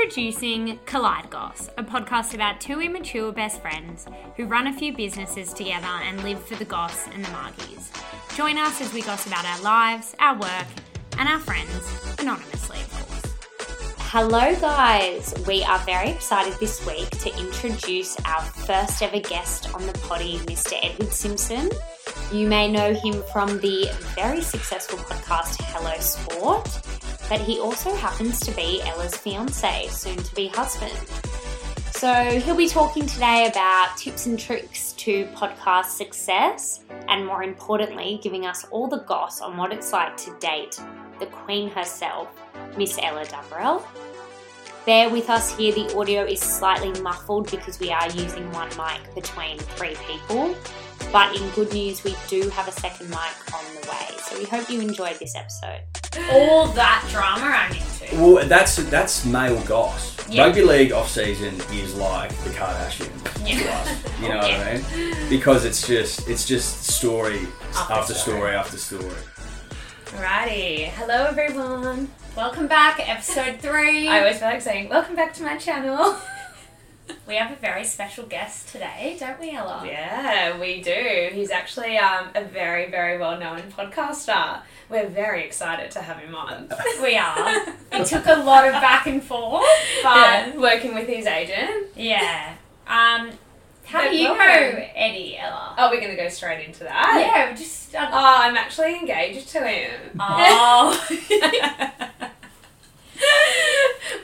Introducing Collide Goss, a podcast about two immature best friends who run a few businesses together and live for the goss and the margies. Join us as we goss about our lives, our work, and our friends, anonymously, of course. Hello, guys. We are very excited this week to introduce our first ever guest on the potty, Mr. Edward Simpson. You may know him from the very successful podcast Hello Sport, but he also happens to be Ella's fiance, soon to be husband. So he'll be talking today about tips and tricks to podcast success, and more importantly, giving us all the goss on what it's like to date the queen herself, Miss Ella Dumbrell. Bear with us here, the audio is slightly muffled because we are using one mic between three people. But in good news, we do have a second mic on the way. So we hope you enjoyed this episode. All that drama I'm into. Well, that's that's male goss. Yeah. Rugby league off season is like the Kardashians to Yeah. us. You know Yeah. what I mean? Because it's just it's just story After after, story. story. after story. Alrighty, hello everyone. Welcome back, episode three. I always feel like saying welcome back to my channel. we have a very special guest today, don't we, Ella? yeah, we do. He's actually um, a very, very well known podcaster. We're very excited to have him on. We are. It took a lot of back and forth, but Yeah, working with his agent. yeah. Um, how But do you welcome. know Eddie, Ella? Oh, we're gonna go straight into that. yeah, just. Oh, I'm actually engaged to him.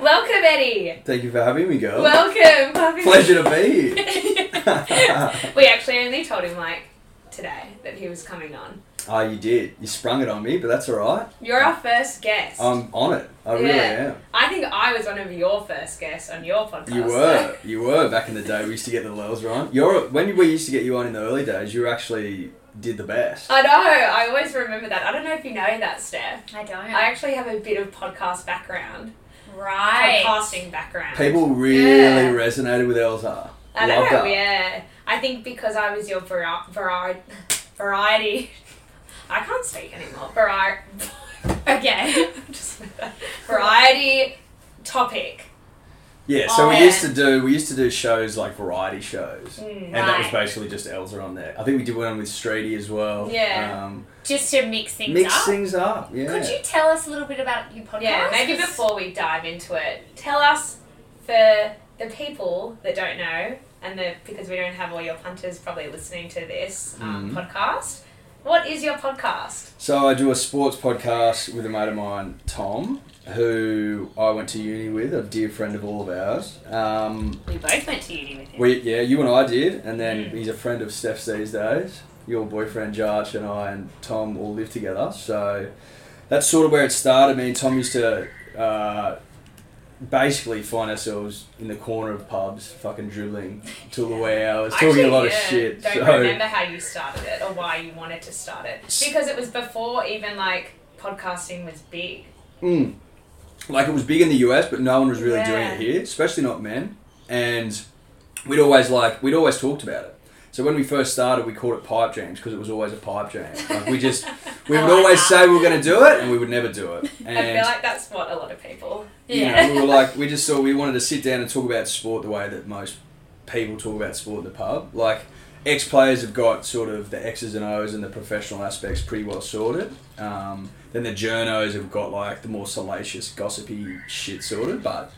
welcome, Eddie. Thank you for having me, girl. Welcome, puppy. Pleasure to be here. Ah, we actually only told him like today that he was coming on. Oh, you did. You sprung it on me, but that's all right. You're our first guest. I'm on it. I really Yeah. am. I think I was one of your first guests on your podcast. You were. You were back in the day. We used to get the lels right. You're when we used to get you on in the early days. You actually did the best. I know. I always remember that. I don't know if you know that, Steph. I don't. I actually have a bit of podcast background, right. podcasting background. People really Yeah. resonated with Elsa. I know. Love that. Yeah. I think because I was your vari- vari- variety. I can't speak anymore. Variety. Okay. Just variety topic. Yeah, so Oh, we yeah. used to do we used to do shows like variety shows, and Mm. that was Right. basically just Elsa on there. I think we did one with Streety as well. Yeah. um, Just to mix things mix up. things up. Yeah, Could you tell us a little bit about your podcast? Yeah, maybe before we dive into it, tell us for the people that don't know, and the because we don't have all your punters probably listening to this um, Mm-hmm. podcast. What is your podcast? So I do a sports podcast with a mate of mine, Tom, who I went to uni with, a dear friend of all of ours. Um, we both went to uni with him. we yeah, you and I did, and then Mm. he's a friend of Steph's these days. Your boyfriend Jarch and I and Tom all live together, so that's sort of where it started. Me and Tom used to uh, basically find ourselves in the corner of pubs, fucking dribbling till the wee hours, talking Actually, a lot of yeah, shit. uh, Don't so remember how you started it or why you wanted to start it because it was before even like podcasting was big. Mm. Like it was big in the US, but no one was really doing Yeah. it here, especially not men. And we'd always like we'd always talked about it. So when we first started, we called it pipe jams because it was always a pipe jam. Like we just we I would like always that. say we were going to do it, and we would never do it. And Oh I feel like that's what a lot of people. you know, we were like we just thought we wanted to sit down and talk about sport the way that most people talk about sport in the pub. Like ex players have got sort of the X's and O's and the professional aspects pretty well sorted. Um, then the journos have got like the more salacious, gossipy shit sorted, but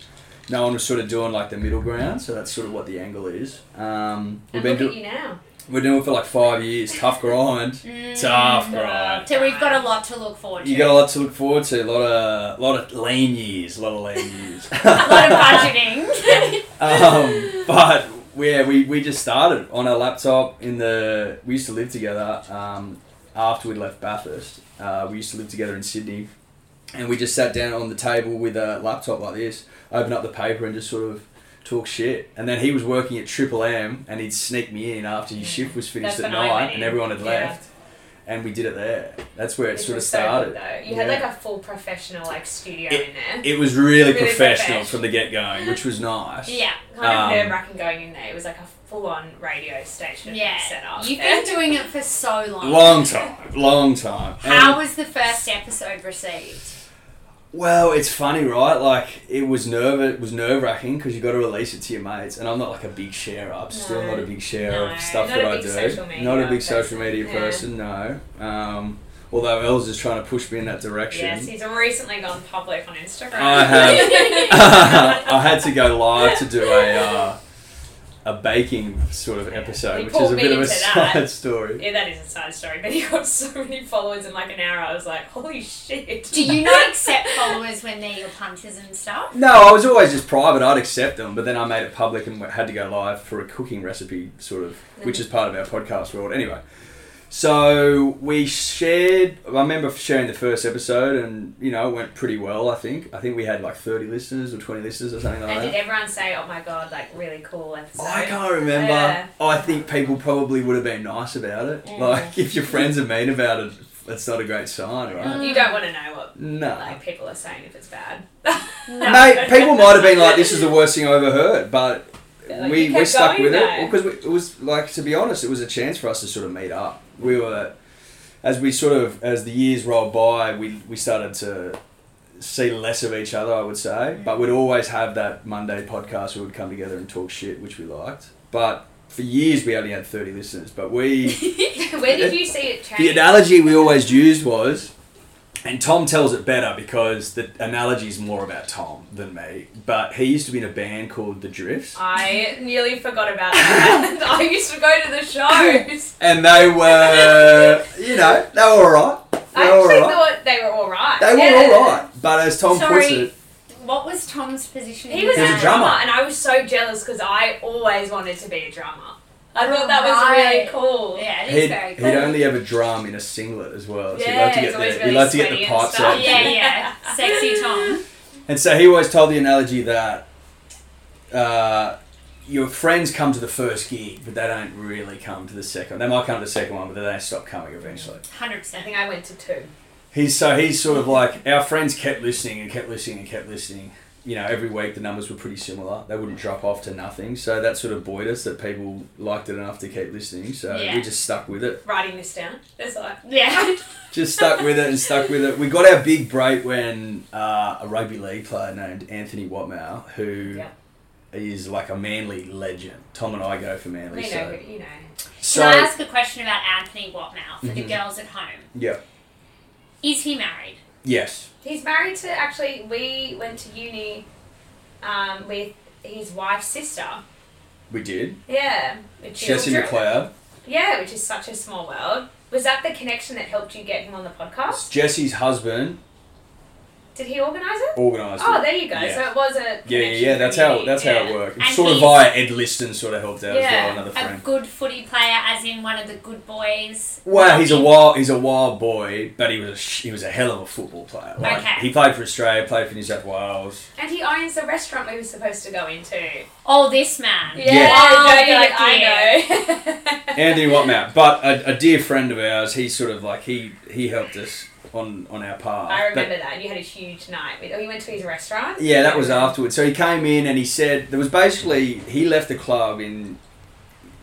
no one was sort of doing like the middle ground, so that's sort of what the angle is. Um, we've And look been do- at you now. we're doing it for like five years. Tough grind, tough grind. Mm. So we've got a lot to look forward to. You got a lot to look forward to. A lot of, lot of lean years. A lot of lean years. a lot of budgeting. um, but yeah, we, we just started on our laptop in the. We used to live together um, after we'd left Bathurst. Uh, we used to live together in Sydney, and we just sat down on the table with a laptop like this, open up the paper, and just sort of talk shit. And then he was working at Triple M, and he'd sneak me in after his shift was finished That's at when I went night, in. and everyone had Yeah. left. And we did it there. That's where it Which sort of was so good, started. though. You had Yeah. like a full professional like studio It- in there. It was really, Really professional profesh. from the get go, which was nice. yeah. kind of Um, nerve wracking going in there. It was like a full on radio station Yeah. set up. You've been doing it for so long. Long time, long time. And How was the first episode received? Well, it's funny, right? Like it was nerve it was nerve wracking because you got to release it to your mates, and I'm not like a big sharer. I'm still No. not a big sharer No, of stuff not that a I big do. social media not a big person. social media Yeah. person, no. Um, although Els is trying to push me in that direction. Yes, he's recently gone public on Instagram. I have. I had to go live to do a uh, a baking sort of episode, You which pulled is a me bit of a into that. side story. yeah, that is a side story, but he got so many followers in like an hour. I was like, holy shit. Do you not accept followers when they're your punters and stuff? No, I was always just private. I'd accept them, but then I made it public and had to go live for a cooking recipe, sort of, which is part of our podcast world. Anyway, so we shared. I remember sharing the first episode, and you know, it went pretty well. I think. I think we had like thirty listeners or twenty listeners or something like And that. did everyone say, oh my god, like really cool episode? I can't remember. Yeah. I think people probably would have been nice about it. Mm. Like, if your friends are mean about it, that's not a great sign, right? You don't want to know what No. Mm. like people are saying if it's bad. Mate, people might have been like, this is the worst thing I've ever heard, but Like, you we, we kept stuck going with though. it. Because it was, like, to be honest, it was a chance for us to sort of meet up. We were, as we sort of, as the years rolled by, we, we started to see less of each other, I would say. But we'd always have that Monday podcast where we'd come together and talk shit, which we liked. But for years, we only had 30 listeners, but we. Where did you see it change? The analogy we always used was, and Tom tells it better because the analogy is more about Tom than me, but he used to be in a band called The Drifts. I nearly forgot about that. I used to go to the shows. And they were, you know, they were alright. They I were actually alright. thought they were alright. They were Yeah. alright. But as Tom puts Sorry. it, What was Tom's position? He was He a was drummer. a drummer. and I was so jealous because I always wanted to be a drummer. I thought that was really Right. cool. Yeah, it is he'd, very he'd cool. only ever drum in a singlet as well. So Yeah, yeah, he's you'd always like to get the, really you'd like to get sweaty the and pipes stuff. Oh, out. Yeah, yeah. Sexy Tom. And so he always told the analogy that uh, your friends come to the first gig, but they don't really come to the second. They might come to the second one, but they don't stop coming eventually. 100%. I think I went to two. He's so he's sort of like our friends kept listening and kept listening and kept listening. You know, every week the numbers were pretty similar. They wouldn't drop off to nothing. So that sort of buoyed us that people liked it enough to keep listening. So Yeah. we just stuck with it. Writing this down. That's like Yeah. Just stuck with it and stuck with it. We got our big break when uh, a rugby league player named Anthony Watmow, who Yeah. is like a Manly legend. Tom and I go for we Manly. know, So, who- you know. so Can I ask a question about Anthony Watmouth for the Mhm. girls at home? yeah, Is he married? yes, He's married to actually. We went to uni um, with his wife's sister. we did. Yeah, which is- Jesse McLeod. Yeah, which is such a small world. Was that the connection that helped you get him on the podcast? Jesse's husband Did he organise it? organised Oh, it. there you go. Yeah. So it was a Yeah, yeah, yeah. connection That's from how you. that's Yeah. how it worked. And sort of he's- via Ed Liston sort of helped out Yeah. as well, another A friend. good footy player, as in one of the good boys. Well, he's a Not- wild, he's a wild boy, but he was a, sh- he was a hell of a football player. Like, Okay. He played for Australia, played for New South Wales. And he owns the restaurant we were supposed to go into. Yeah, Oh, this man. Yeah. Oh, no, you're like, I know. Anthony Watmount, but a, a dear friend of ours. He sort of like he he helped us on on our path. I But- remember that. You had a huge night. We, we went to his restaurant. Yeah, that was afterwards. So he came in and he said there was basically he left the club in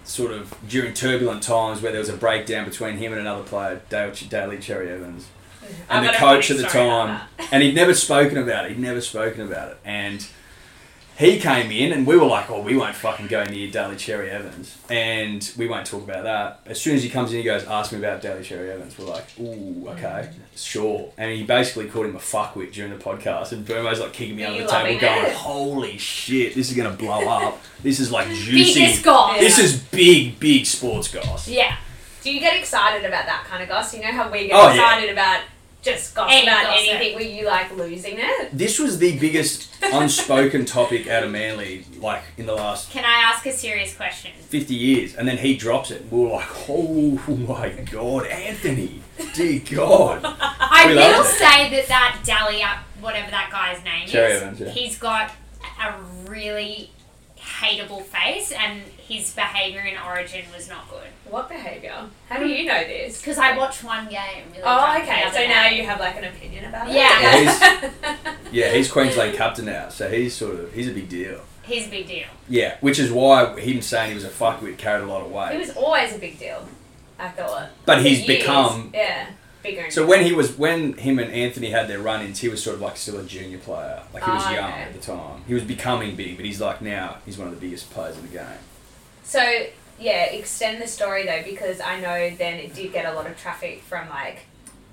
sort of during turbulent times where there was a breakdown between him and another player, Dale, Daly Cherry Evans, I've and the got a coach at funny the story about time. that. And he'd never spoken about it. He'd never spoken about it. And he came in and we were like, "Oh, we won't fucking go near Daly Cherry Evans, and we won't talk about that." As soon as he comes in, he goes, "Ask me about Daly Cherry Evans." We're like, "Ooh, okay, sure." And he basically called him a fuckwit during the podcast, and Burmo's like kicking me Are under you the table, loving going, it? "Holy shit, this is gonna blow up. This is like juicy. Biggest goal. Yeah. This is big, big sports goss." Yeah. Do you get excited about that kind of gossip? You know how we get Oh, yeah. excited about just gossip Any about gossip. anything? Were you like losing it? This was the biggest unspoken topic out of Manly, like in the last Can I ask a serious question? 50 years and then he drops it we were like oh my god anthony dear god I We will loved it. say that that Dally up, whatever that guy's name Cherry is, Evans, yeah. he's got a really hateable face, and his behaviour in Origin was not good. What behaviour? How do you know this? Because I watched one game. Really Oh, drunk the okay. other So now day. you have like an opinion about Yeah. it. yeah he's queensland captain now so he's sort of he's a big deal he's a big deal. yeah which is why him saying he was a fuckwit carried a lot of It weight was always a big deal. I thought. but For he's years. become Yeah. bigger and So bigger. when he was when him and Anthony had their run-ins, he was sort of like still a junior player. Like he was Oh, young okay. at the time. He was becoming big, but he's like now he's one of the biggest players in the game. So yeah, extend the story though because I know then it did get a lot of traffic from like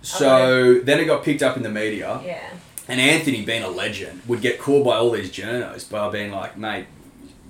So then it got picked up in the media, yeah. and Anthony, being a legend, would get called by all these journos by being like, "Mate,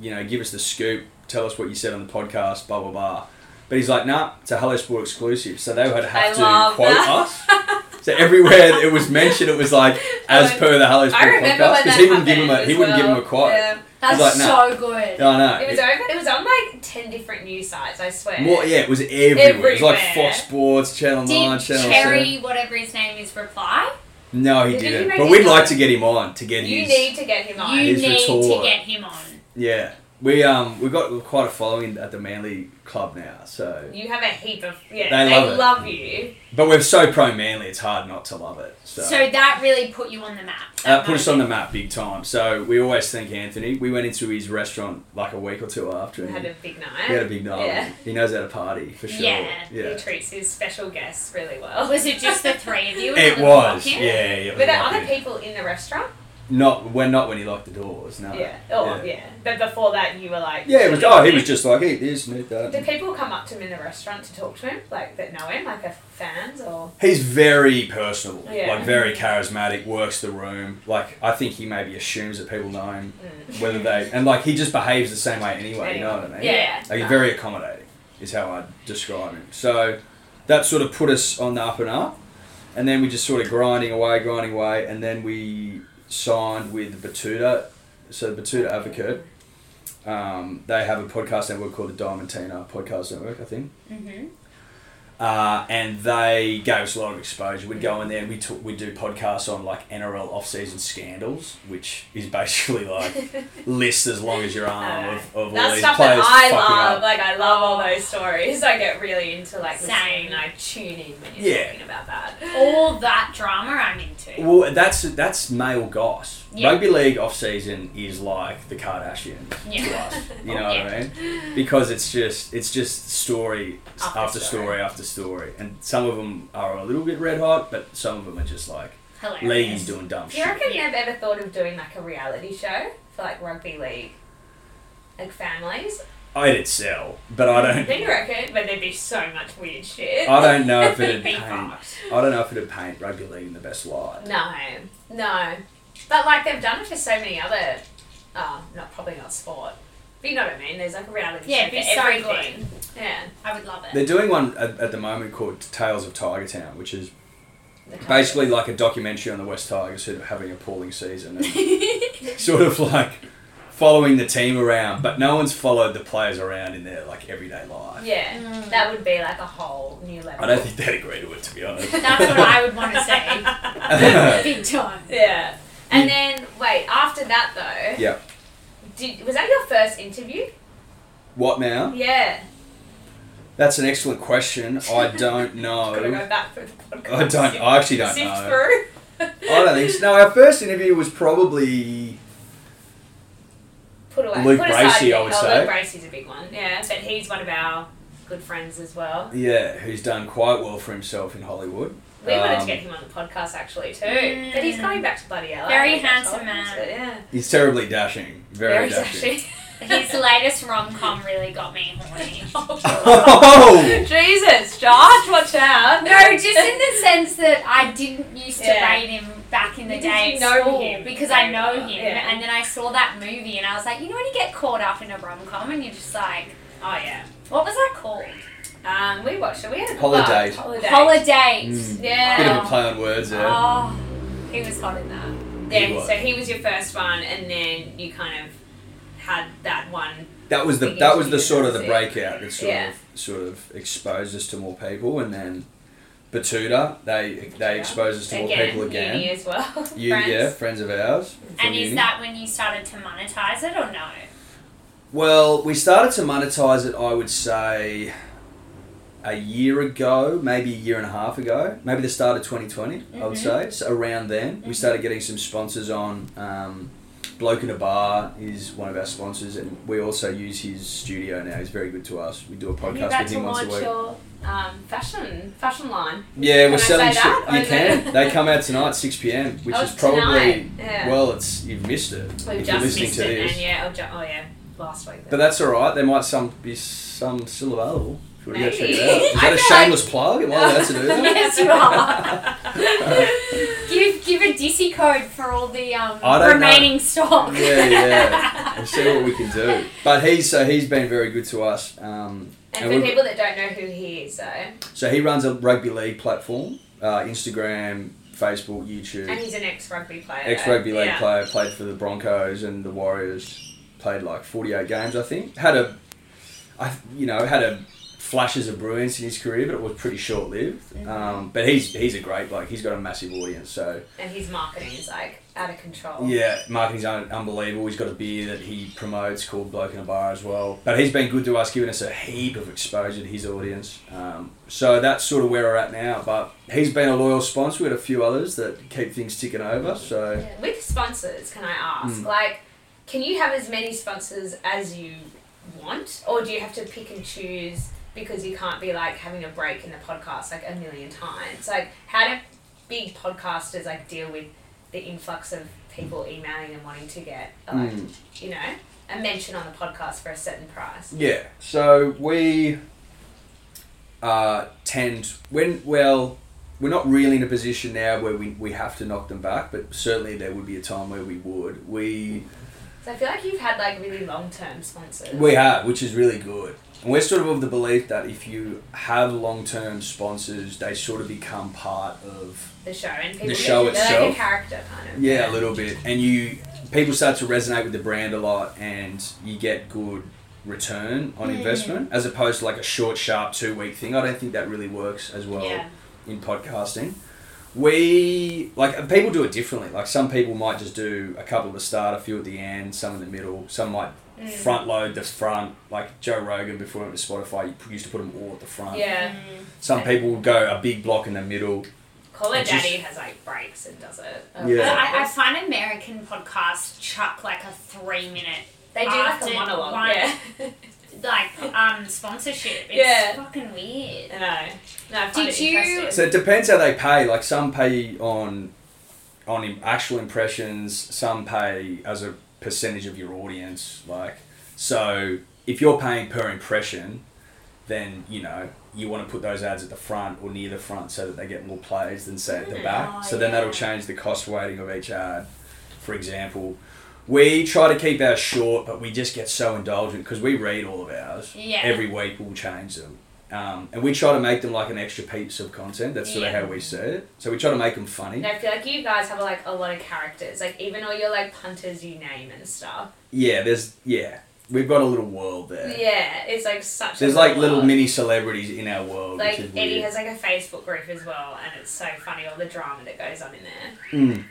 you know, give us the scoop. Tell us what you said on the podcast. Blah blah blah." But he's like, "Nah, it's a Hello Sport exclusive." So they would I have love to quote that. us. So everywhere that it was mentioned, it was like as Oh, per the Hello Sport I remember when podcast that because he wouldn't give him happened a he as wouldn't give him well. a quote. Yeah. That's like, nah. so good. No, no. It was over. It was on like ten different news sites. I swear. Well, yeah, it was everywhere. It was like Everywhere. Fox Sports, Channel Nine, Did Channel Cherry, whatever his name is, reply? Seven. No, he Did he didn't. make But it we'd up? like to get him on to get You his. need to get him on. You His need retort. to get him on. yeah, we um we got quite a following at the Manly club now. So, You have a heap of yeah. They They, love it. love you. but we're so pro Manly, it's hard not to love it. So. So, that really put you on the map. that put us on moment. the map big time. So we always thank Anthony. We went into his restaurant like a week or two after, You and had a he big he had a night. big night. Yeah. He knows how to party for sure. Yeah, yeah. He treats his special guests really well. Was it just the three of you? and It the was, yeah, walk-in? yeah. It was Were there lovely. other people in the restaurant? Not when not when he locked the doors. No. Yeah. Oh yeah. But before that, you were like. Uh, Yeah, it was. Oh, he was just like eat this and eat Do that. people come up to him in the restaurant to talk to him, like that know him, like are fans or? He's very personable, Yeah. like very charismatic. Works the room. Like I think he maybe assumes that people know him, Mm. whether they and like he just behaves the same way anyway. You know what I mean? Yeah. Like he's very accommodating, is how I describe him. So that sort of put us on the up and up, and then we just sort of grinding away, grinding away, and then we signed with Batuta, so Batuta Advocate. Um, they have a podcast network called the Diamantina Podcast Network, I think. Mm-hmm. Uh, and they gave us a lot of exposure. We'd go in there and we talk, we'd do podcasts on like NRL off season scandals, which is basically like list as long as your arm Uh, of, of all That's these stuff that players I fucking love. up. Like I love all those stories. I get really into like Same. listening and I tune in when you're Yeah. talking about that. All that drama I'm into. Well, that's that's male goss. Yeah. Rugby league off season is like the Kardashians. Yeah. You know Oh, yeah. what I mean? Because it's just it's just story after, After story. story. after story, and some of them are a little bit red hot, but some of them are just like Hilarious. leagues doing dumb Do you shit. reckon Yeah. they've ever thought of doing like a reality show for like rugby league, like families? I'd sell, but I Do don't. you reckon? But there'd be so much weird shit. I don't know if it'd Be paint. I fucked. don't know if it'd paint rugby league in the best light. No, no. But like they've done it for so many other, uh, not probably not sport. But you know what I mean? There's like a reality Yeah, show it'd be for so everything. Yeah. I would love it. They're doing one at, at the moment called Tales of Tiger Town, which is The kind of- basically like a documentary on the West Tigers who are having an appalling season and sort of like following the team around, but no one's followed the players around in their like everyday life. Yeah, Mm. that would be like a whole new level. I don't think they'd agree to it to be honest. That's what I would want to say. Big time. Yeah. And then wait, after that though, yeah. did, was that your first interview? What now? Yeah. That's an excellent question. I don't Gotta know. go back through the podcast. I don't. I actually don't Sift know. through. I don't think so. No, our first interview was probably Put away. Luke Put aside Bracey, the- I would oh, say. Luke Bracey's a big one. Yeah, but he's one of our good friends as well. yeah, who's done quite well for himself in Hollywood. We wanted Um, to get him on the podcast actually too, Mm. but he's coming back to bloody LA. Very which I handsome told him, man. so, yeah. He's terribly dashing. Very, dashing. dashing. His latest rom com really got me horny. Oh, Jesus, Josh, watch out! Oh, No, just in the sense that I didn't used to Yeah. rate him back in the Because day you at know school him because very I know well, him, yeah. and then I saw that movie and I was like, you know when you get caught up in a rom com and you're just like, Oh yeah. what was that called? Um, we watched it. We had a Holidays. blast. Holidays. Holidays. Mm. Yeah. bit of a play on words there. Oh, he was hot in that. He Then, was. so he was your first one, and then you kind of had that one. That was the Big that was the interview, sort of the that's it. breakout that sort Yeah. of sort of exposed us to more people, and then Batuta they they exposed us to more people again. Uni as well. You friends. yeah, friends of ours. from And is uni. that when you started to monetize it or no? well? We started to monetize it. I would say a year ago, maybe a year and a half ago, maybe the Mm-hmm. start of 2020. I would say so around then we started getting some sponsors on. Um, Bloke in a Bar is one of our sponsors, and we also use his studio now. He's very good to us. We do a You're podcast about with to him once a launch week. your um, fashion fashion line. Yeah, Can we're I selling say that? shit. You Or is can. it- they come out tonight, six pm, which Oh, is probably tonight. Yeah. well, it's you've missed it We've if you're just listening missed to it, this. and yeah, oh, ju- oh yeah, last week. But that's all right. There might some be some still available. If you want to go check it Maybe. out, is I that a feel like- shameless plug? Am I allowed to do that? Yes, you Give give a Dizzy code for all the um, I don't know. remaining stock. Yeah, yeah. We'll see what we can do. But he's so he's been very good to us. Um, and, and for we- people that don't know who he is, though, and so he runs a rugby league platform, uh, Instagram, Facebook, YouTube. he's an ex rugby player. Ex rugby though. league yeah. player, played for the Broncos and the Warriors. Played like forty eight games, I think. Had a, I you know had a flashes of brilliance in his career, but it was pretty short lived. Mm. Um, but he's he's a great like he's got a massive audience. So And his marketing is like out of control. yeah, marketing's un- unbelievable. He's got a beer that he promotes called Bloke in a Bar as well. But he's been good to us, giving us a heap of exposure to his audience. Um, so that's sort of where we're at now. But he's been a loyal sponsor. We had a few others that keep things ticking over. So. With sponsors, can I Hmm. ask? Like, can you have as many sponsors as you want, or do you have to pick and choose because you can't be like having a break in the podcast like a million times? Like, how do big podcasters like deal with the influx of people emailing and wanting to get like Mm. you know a mention on the podcast for a certain price? Yeah. So we uh, tend when well, we're not really in a position now where we, we have to knock them back, but certainly there would be a time where we would. We So I feel like you've had like really long term sponsors. we have, which is really good. And we're sort of of the belief that if you have long term sponsors, they sort of become part of the show and people show get, they're like itself? a character kind of. yeah a little bit, and you people start to resonate with the brand a lot, and you get good return on investment as opposed to like a short, sharp two week thing. I don't think that really works as well Yeah. in podcasting. We like and people do it differently. Like some people might just do a couple at the start, a few at the end, some in the middle. Some might front load the front. Like Joe Rogan before he went to Spotify, he used to put them all at the front. Yeah. Some people would go a big block in the middle. Caller It just- Daddy has like breaks and does it. Yeah. But I, I find American podcasts chuck like a three minute they do like After a monologue. one- Yeah. like um sponsorship. It's Yeah. fucking weird. I know. No, I find Did it you- interesting. So it depends how they pay. Like some pay on on im- actual impressions, some pay as a percentage of your audience. Like so, if you're paying per impression, then you know you want to put those ads at the front or near the front so that they get more plays than say at the back. Oh, so then yeah. that'll change the cost weighting of each ad. For example, we try to keep ours short, but we just get so indulgent because we read all of ours Yeah. every week. We'll change them. Um, and we try to make them like an extra piece of content. That's sort Yeah. of how we see it. So we try to make them funny. And I feel like you guys have like a lot of characters, like even all your like punters you name and stuff. Yeah, there's yeah, we've got a little world there. Yeah, it's like such. There's a like little lot. mini celebrities in our world, Like which is Eddie weird. has like a Facebook group as well, and it's so funny all the drama that goes on in there. Mm.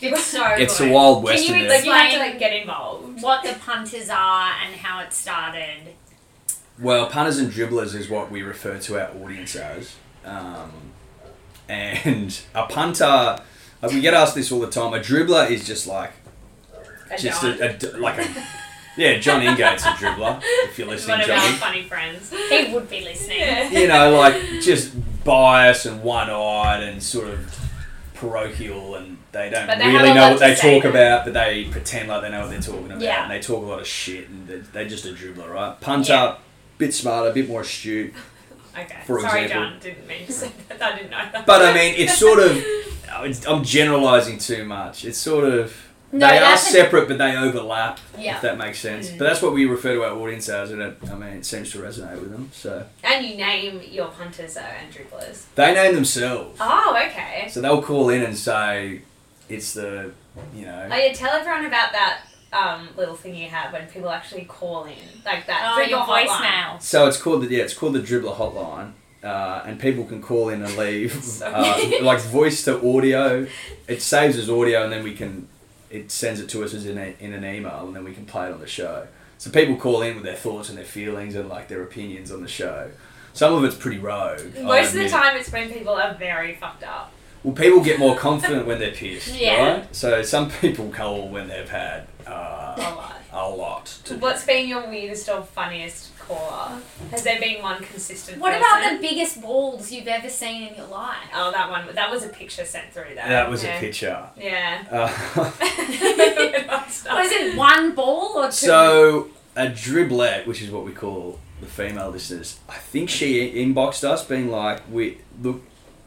It's so It's good. the Wild Can West. you in there. Like you have to Explain- like get involved. What the punters are and how it started. Well, punters and dribblers is what we refer to our audience as. Um, and a punter, like we get asked this all the time. A dribbler is just like A just John. a, a d- like a yeah. John Ingate's a dribbler. If you're One listening, of our Johnny, funny friends. He would be listening. Yeah. you know, like just biased and one-eyed and sort of parochial, and they don't But they have really a know lot what to they say. talk about, but they pretend like they know what they're talking about, Yeah. and they talk a lot of shit, and they- they're just a dribbler, right? Punter, Yeah. bit smarter, a bit more astute. Okay. For Sorry, example. John. Didn't mean to say that. I didn't know that. But I mean, it's sort of. it's- I'm generalizing too much. It's sort of. No, they are that's a- separate, but they overlap. Yeah. If that makes sense. But that's what we refer to our audience as, and it, I mean, it seems to resonate with them. So And you name your punters though and dribblers. they name themselves. Oh, okay. So they'll call in and say, "It's the, you know." Oh yeah, tell everyone about that um, little thing you have when people actually call in, like that Oh, through your hotline. voicemail. So it's called the yeah, it's called the Dribbler Hotline, uh, and people can call in and leave So- uh, like voice to audio. It saves as audio, and then we can it sends it to us as in, a, in an email, and then we can play it on the show. So people call in with their thoughts and their feelings and like their opinions on the show. Some of it's pretty rogue. I'll Most of the admit. time, it's when people are very fucked up. Well, people get more confident when they're pissed, Yeah. right? So some people cull when they've had uh, A lot. a lot. To What's been your weirdest or funniest caller? Has there been one consistent? What about person? the biggest balls you've ever seen in your life? Oh, that one. That was a picture sent through. That. that was yeah. a picture. Yeah. Uh, Oh. Was it one ball or two? so a driblet, which is what we call the female listeners. I think she inboxed us, being like, "We look,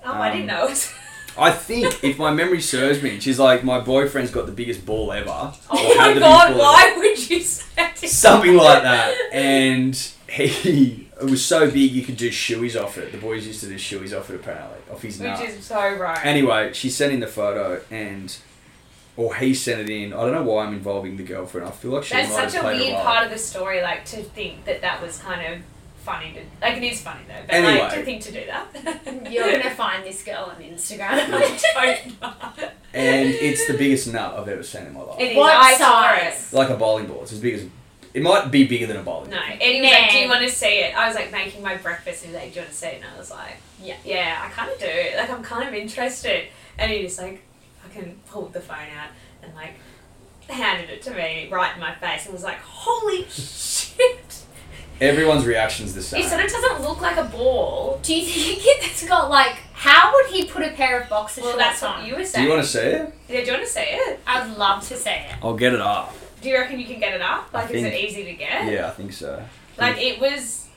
Oh, I didn't know. Um, it. I think if my memory serves me, she's like, my boyfriend's got the biggest ball ever. or oh had my the biggest god! ball Why ever." would you say it? Something like that. And he it was so big you could do shoeies off it. The boys used to do shoeies off it apparently, off his nut. Which is so wrong. Anyway, she sent in the photo and, or he sent it in. I don't know why I'm involving the girlfriend. I feel like she That's might such have a played weird a role. part of the story, like to think that that was kind of funny to like it is funny though, but like Anyway. to think to do that. You're gonna find this girl on Instagram. I don't know. and it's the biggest nut I've ever seen in my life. It is. What I size? Like a bowling ball. It's as big as. It might be bigger than a saw it. bowling. No, Eddie was like, "Do you Nah. want to see it?" I was like making my breakfast, and he was like, "Do you want to see it?" And I was like, Yeah. yeah, I kind of do. Like I'm kind of interested." And he just like fucking pulled the phone out and like handed it to me right in my face, and was like, "Holy shit!" Everyone's reaction's the same. It sort of doesn't look like a ball. Do you think it's got like? How would he put a pair of boxer Well, shorts that's on? what you were Do saying. you want to see it? Yeah, do you want to see it? I'd love to see it. I'll get it up. Do you reckon you can get it up? I Like, is it think- easy to get? Yeah, I think so. Like it was.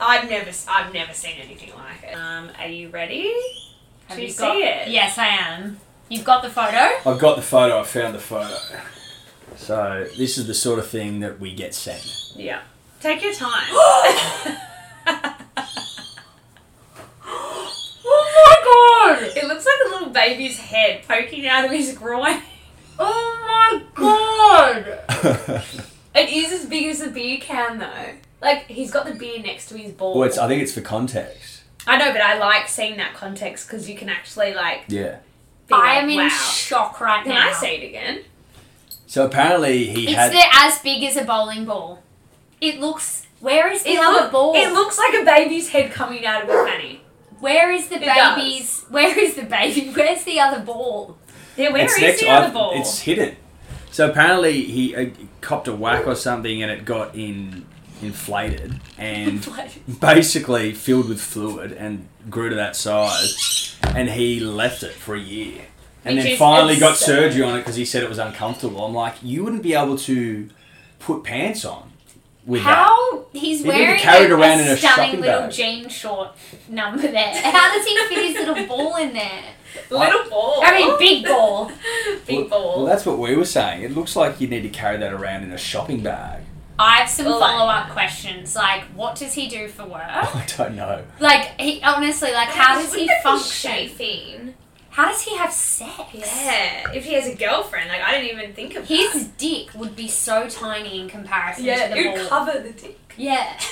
I've never, s- I've never seen anything like it. Um, are you ready? Have Do you got- see it? Yes, I am. You've got the photo. I've got the photo. I found the photo. So this is the sort of thing that we get sent. Yeah. Take your time. Oh my god! it looks like a little baby's head poking out of his groin. Oh my god! It is as big as the beer can though. Like he's got the beer next to his ball. well, it's. I think it's for context. I know, but I like seeing that context because you can actually like. Yeah. Be I like, am in wow. shock right Can now. I see it again? So apparently he It's had. the, as big as a bowling ball. It looks. Where is the other look- ball? It looks like a baby's head coming out of a fanny. where is the it does. baby's? Where is the baby? Where's the other ball? Yeah, where is it's next- the other I've- ball? It's hidden. So apparently he uh, copped a whack or something and it got in inflated and basically filled with fluid and grew to that size and he left it for a year and Which then is finally got absurd. surgery on it because he said it was uncomfortable i'm like you wouldn't be able to put pants on with that How He he's didn't wearing carry it a, around in a stunning shopping little bag. jean short number there. How does he fit his little ball in there? Little ball. I mean, big ball. big well, ball. well that's what we were saying it looks like you need to carry that around in a shopping bag I have some Well, like- follow up questions. Like, what does he do for work? i don't know Like, he honestly, like, how does he Wouldn't that be function? Chafing. How does he have sex? Yeah. If he has a girlfriend, like I didn't even think of His dick would be so tiny in comparison to Yeah, the you ball. cover the dick. yeah.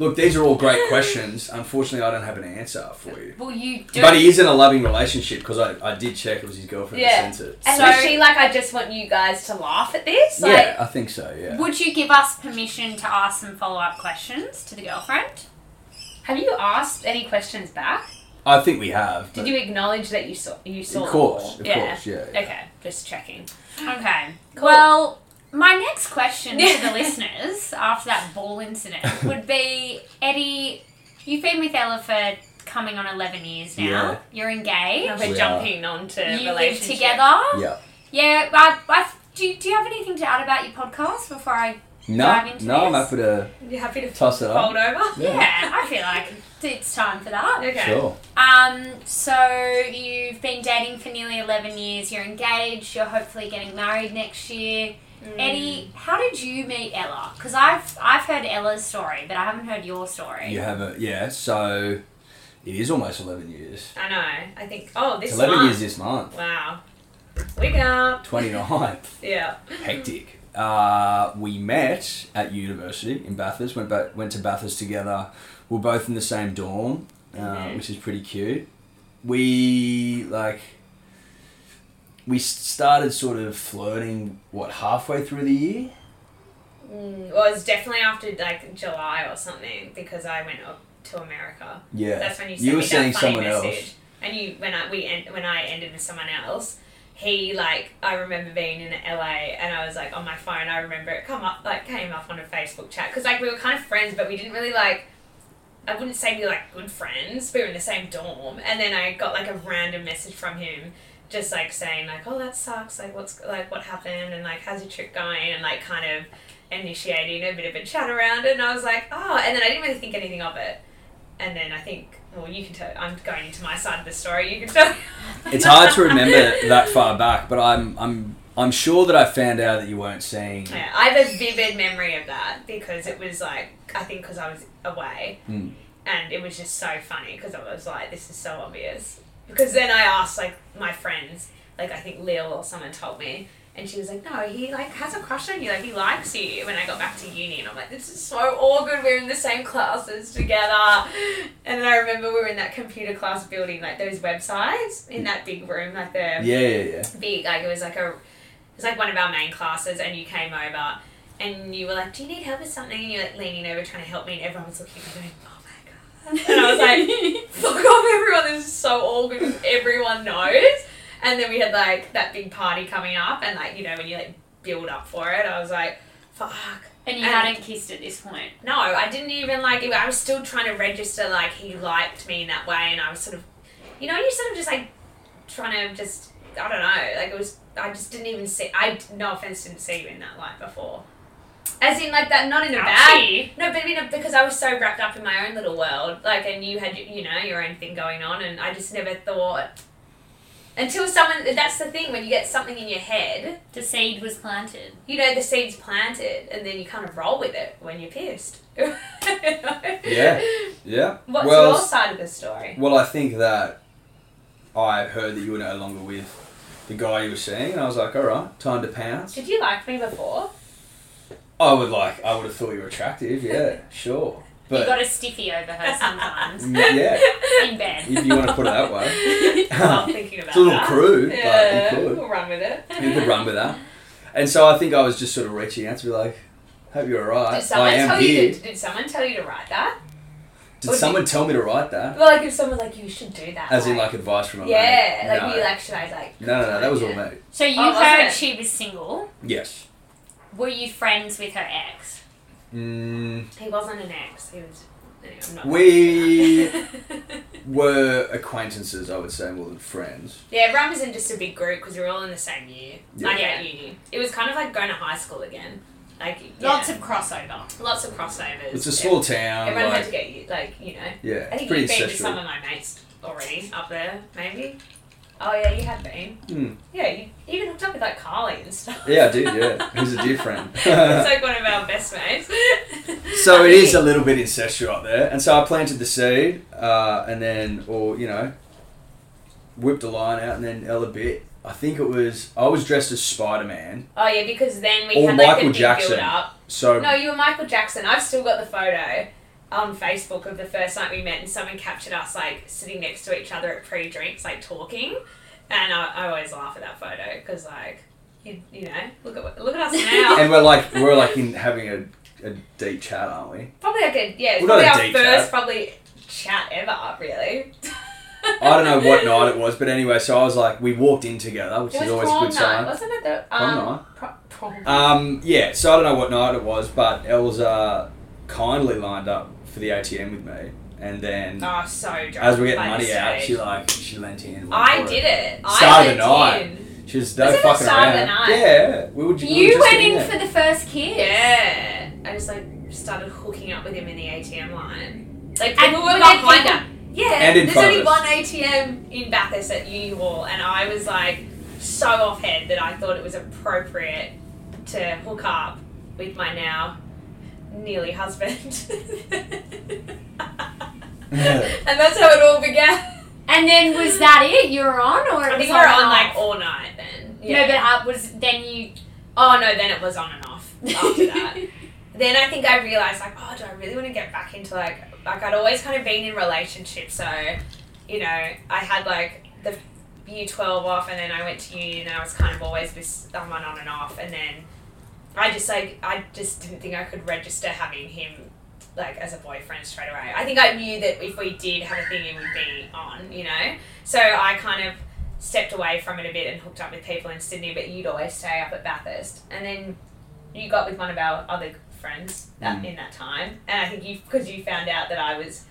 look these are all great Hmm. questions unfortunately i don't have an answer for you Well, you do. but he is in a loving relationship because I, I did check it was his girlfriend Yeah. that sent it And So- so, she like, I just want you guys to laugh at this. Like, yeah i think so yeah Would you give us permission to ask some follow up questions to the girlfriend? have you asked any questions back? i think we have Did but- you acknowledge that you saw you saw? of the course ball? of yeah. course yeah, yeah. Okay, just checking. Okay. Mm. Cool. Well, my next question to the listeners after that ball incident would be Eddie, you've been with Ella for coming on 11 years now. Yeah. You're engaged. Now we're We jumping on to You live relationship. together. oh, Yeah. Yeah, I, I, do, do you have anything to add about your podcast before I. No, Dive into no, I'm this. happy to You happy to toss it fold up. over? Yeah, I feel like it's time for that. Okay. Sure. Um, so you've been dating for nearly 11 years, you're engaged, you're hopefully getting married next year. Mm. Eddie, how did you meet Ella? Because I've, I've heard Ella's story, but I haven't heard your story. You have a yeah. So it is almost eleven years. I know. I think. Oh, this It's eleven month. years this month. Wow. Wake up. 29th. Yeah. Hectic. Uh, we met at university in Bathurst. Went back, went to Bathurst together. We're both in the same dorm, uh, Mhm. which is pretty cute. We like we s- started sort of flirting what halfway through the year. Mm, well, it's definitely after like July or something because I went up to America. Yeah, That's when you sent you were me that seeing funny someone message. else. and you when I we en- when I ended with someone else, he like I remember being in LA and I was like on my phone. I remember it come up like came up on a Facebook chat because like we were kind of friends, but we didn't really like. I wouldn't say we were like good friends. We were in the same dorm, and then I got like a random message from him, just like saying like, "Oh, that sucks. Like, what's like what happened? And like, how's your trip going?" And like, kind of initiating a bit of a chat around it. And I was like, "Oh," and then I didn't really think anything of it. And then I think, well, you can tell. I'm going into my side of the story. You can tell. It's hard to remember that far back, but I'm I'm I'm sure that I found out that you weren't seeing. Yeah, I have a vivid memory of that because it was like I think because I was away, Mm. and it was just so funny because I was like, this is so obvious. Because then I asked like my friends, like I think Lil or someone told me, and she was like, no, he like has a crush on you, like he likes you. When I got back to uni, and I'm like, this is so awkward. We're in the same classes together, and then I remember we were in that computer class building, like those websites in that big room, like the Yeah, yeah, yeah. big. Like it was like a, it was like one of our main classes, and you came over, and you were like, "Do you need help with something?" And you're like leaning over trying to help me, and everyone was looking at me going, "Oh my god!" And I was like, "Fuck off, everyone! This is so awkward. 'cause Everyone knows." And then we had like that big party coming up, and like you know when you like build up for it, I was like, "Fuck." And you And- hadn't kissed at this point. No, I didn't even like. I was still trying to register like he liked me in that way, and I was sort of, you know, you sort of just like trying to just I don't know. Like it was, I just didn't even see. I no offense, didn't see you in that light before. As in like that, not in a bad. Ouchie. No, but in a, because I was so wrapped up in my own little world, like, and you had you know your own thing going on, and I just never thought. Until someone, that's the thing when you get something in your head, The seed was planted. you know the seed's planted, and then you kind of roll with it when you're pissed. Yeah. Yeah. What's well, your side of the story? well, I think that I heard that you were no longer with the guy you were seeing, and I was like, all right, time to pounce. Did you like me before? I would like, I would have thought you were attractive. Yeah, sure. you But got a stiffy over her sometimes mm, yeah, in bed. if you want to put it that way, I'm thinking about it's a little that. crude, Yeah, but you could. we'll run with it. You could run with that. And so I think I was just sort of reaching out to be like, hope you're alright. Did I someone am tell you? here. To, did someone tell you to write that? Did or did- someone tell me to write that? Well, like if someone like you should do that. As in, like, advice from a Yeah, mate? like no. you like should I like? no, no, no, that was all Yeah. mate. So you Oh, was heard it? she was single. Yes. Were you friends with her ex? Mm, He wasn't an ex. He was. Anyway, I'm not We- were acquaintances, I would say, more than friends. yeah, everyone was in just a big group because we were all in the same year. Yeah. Like at uni, it was kind of like going to high school again. Like yeah, Lots of crossover. lots of crossovers. It's a Yeah. small town. Everyone had Like, to get like you know. yeah, I it's think pretty you've been to some ancestral. of my mates already up there, maybe. Oh yeah, you have been. Hmm. Yeah, you you even hooked up with like Carly and stuff. Yeah, I did, yeah. Who's a dear friend. it's like one of our best mates. So it is a little bit incestual up there. And so I planted the seed, uh, and then, or, you know, whipped a line out and then Ella bit. I think it was, I was dressed as Spider Man. Oh yeah, because then we Or had like Michael the big Jackson. build up. So, No, you were Michael Jackson. I've still got the photo on Facebook of the first night we met, and someone captured us like sitting next to each other at pre-drinks, like talking. And I, I always laugh at that photo because like you, you know look at what- look at us now. and we're like, we're like in having a, a deep chat, aren't we? Probably like a yeah, it's Well, probably not a our deep first chat. probably chat ever, really. I don't know what night it was, but anyway, so I was like, we walked in together, which It was is always a prom good night, sign. wasn't it? The, Prom um, night? Pro- prom. Um, yeah, so I don't know what night it was, but Elza kindly lined up for the ATM with me, and then oh, so drunk. as we get by money this out, stage. she like she lent in. I did it. I Started went the night. in. She was no Was it the fucking start of the around. night? Yeah, we would. we were You just went getting in there. for the first kiss. Yeah, I just like started hooking up with him in the ATM line. Like And people were were behind there us. people- Yeah, And in there's front only of us. one ATM in Bathurst at Uni Hall, and I was like so off head that I thought it was appropriate to hook up with my now nearly husband. and that's how it all began. And then was that it? You were on, or I it was think we were and on like off? all night then. No, but I was then you. Oh no, then it was on and off after that. then I think I realized like, oh, do I really want to get back into like like I'd always kind of been in relationships, so you know I had like the year twelve off, and then I went to uni, and I was kind of always with someone on and off, and then I just like I just didn't think I could register having him like as a boyfriend straight away. I think I knew that if we did have a thing, it would be on, you know. So I kind of stepped away from it a bit and hooked up with people in Sydney, but you'd always stay up at Bathurst, and then you got with one of our other friends that, Mm. in that time, and I think you because you found out that I was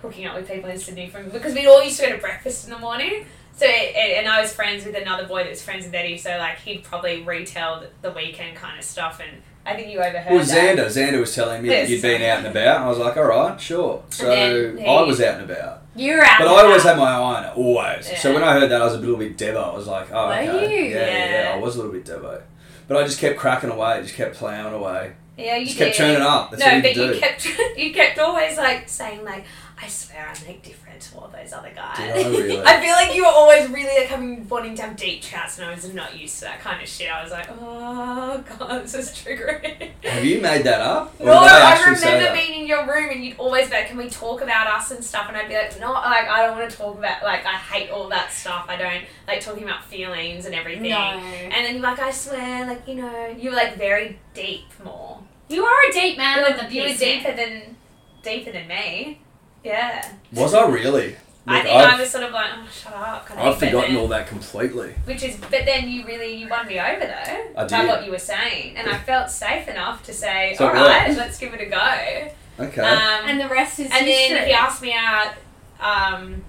hooking up with people in Sydney from because we all used to go to breakfast in the morning. So it, it- and I was friends with another boy that was friends with Eddie, so like he'd probably retell the- the weekend kind of stuff, and I think you overheard. Well, that. Xander, Xander was telling me Yes. that you'd been out and about, and I was like, all right, sure. So then he- I was out and about, You're out. but I and always about. had my eye on it, always. So Yeah. when I heard that, I was a little bit devo. I was like, oh, Were okay. you? Yeah, yeah, Yeah. I was a little bit devo, but I just kept cracking away, just kept plowing away, Yeah, you just did. kept turning up. That's all no, you but could you do. kept you kept always like saying like, I swear I make different to all those other guys. Did I really? I feel like you were always really like having wanting to have deep chats, and I was not used to that kind of shit. I was like, oh god, this is triggering. Have you made that up? Or No, did I actually say remember that? being in your room and you'd always be like, Can we talk about us and stuff? And I'd be like, No, like, I don't want to talk about, like, I hate all that stuff. I don't like talking about feelings and everything. No. And then you're like, I swear, like, you know, you were like very deep more. You are a deep man You with were, a you were piece. deeper than, deeper than me. Yeah. Was I really? I Look, think I've, I was sort of like, Oh, shut up. Kind of I've thing. But forgotten then- all that completely. Which is, but then you really, you won me over though. I By did. what you were saying. And I felt safe enough to say, So All it right, worked. let's give it a go. Okay. Um, And the rest is and history. then he asked me out. Um,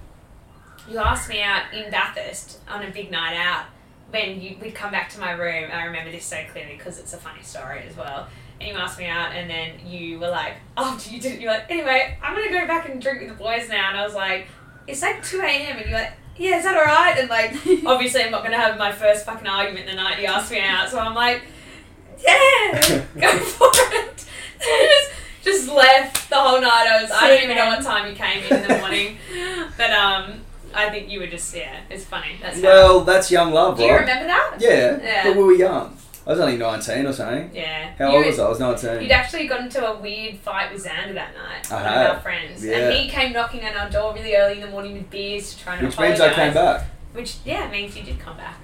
you asked me out in Bathurst on a big night out when you, we'd come back to my room. I remember this so clearly because it's a funny story as well. And you asked me out, and then you were like, after you did, you're like, anyway, I'm gonna go back and drink with the boys now. And I was like, it's like 2 a.m. and you're like, yeah, is that all right? And like, obviously, I'm not gonna have my first fucking argument the night you asked me out. So I'm like, yeah, go for it. just, just left the whole night. I was, I don't even know what time you came in the morning, but um, I think you were just yeah. It's funny. That's how. well, that's young love, Do you right? remember that? Yeah, Yeah. but we were young. I was only 19 or something. Yeah. How you, old was I? I was 19. You'd actually got into a weird fight with Xander that night. I one had. of our friends, Yeah. and he came knocking on our door really early in the morning with beers to try and Which means I came apologise. back. Which yeah means you did come back.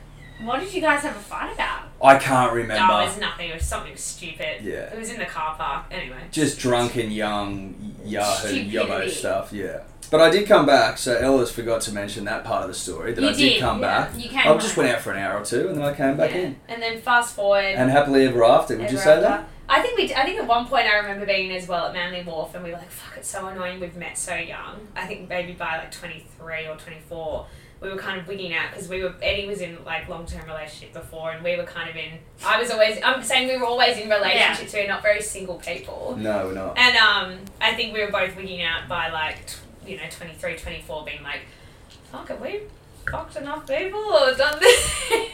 What did you guys have a fight about? I can't No, it remember. was nothing. It was something stupid. Yeah. It was in the car park. Anyway. Just drunk and young, yahoo, yobbo Stupidity. stuff, yeah. But I did come back, so Ella's forgot to mention that part of the story that You I did, did, come yeah. back. You came I home. just went out for an hour or two and then I came back Yeah. in. And then fast forward. And happily ever after, would ever you say after. that? I think we. d- I think at one point I remember being as well at Manly Wharf, and we were like, "Fuck, it's so annoying. We've met so young. I think maybe by like twenty three or twenty four, we were kind of wigging out because we were. Eddie was in like long term relationship before, and we were kind of in. I was always. I'm saying we were always in relationships. We were not very single people. No, we're not. And um, I think we were both wigging out by like, t- you know, 23, 24, being like, fuck, have we fucked enough people or done this?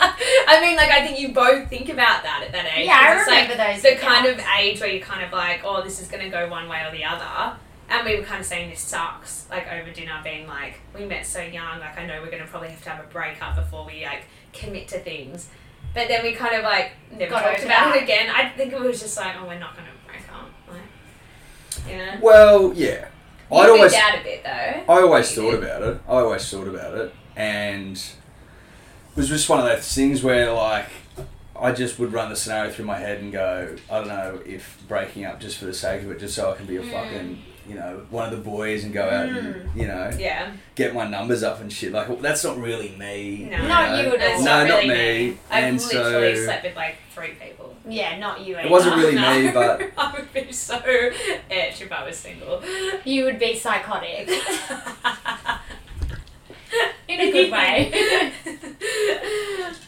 I mean, like, I think you both think about that at that age. Yeah, I 'cause it's, like, remember those The kind of accounts. age where you're kind of like, oh, this is going to go one way or the other. And we were kind of saying this sucks, like over dinner, being like, we met so young, like, I know we're going to probably have to have a breakup before we, like, commit to things. But then we kind of, like, never Got talked over about that. it again. I think it was just like, oh, we're not going to break up. Like, yeah. Well, yeah. you I'd moved always. out a bit though. I always thought about it. I always thought about it, and it was just one of those things where like I just would run the scenario through my head and go, I don't know if breaking up just for the sake of it, just so I can be a fucking you know one of the boys and go out and you know Yeah. get my numbers up and shit. Like well, that's not really me. No. Not you at And all. it's No, not, really me. I've and literally so slept with like three people. Yeah, not you. it wasn't really No. me, but I would be so itch if I was single. You would be psychotic in a good way.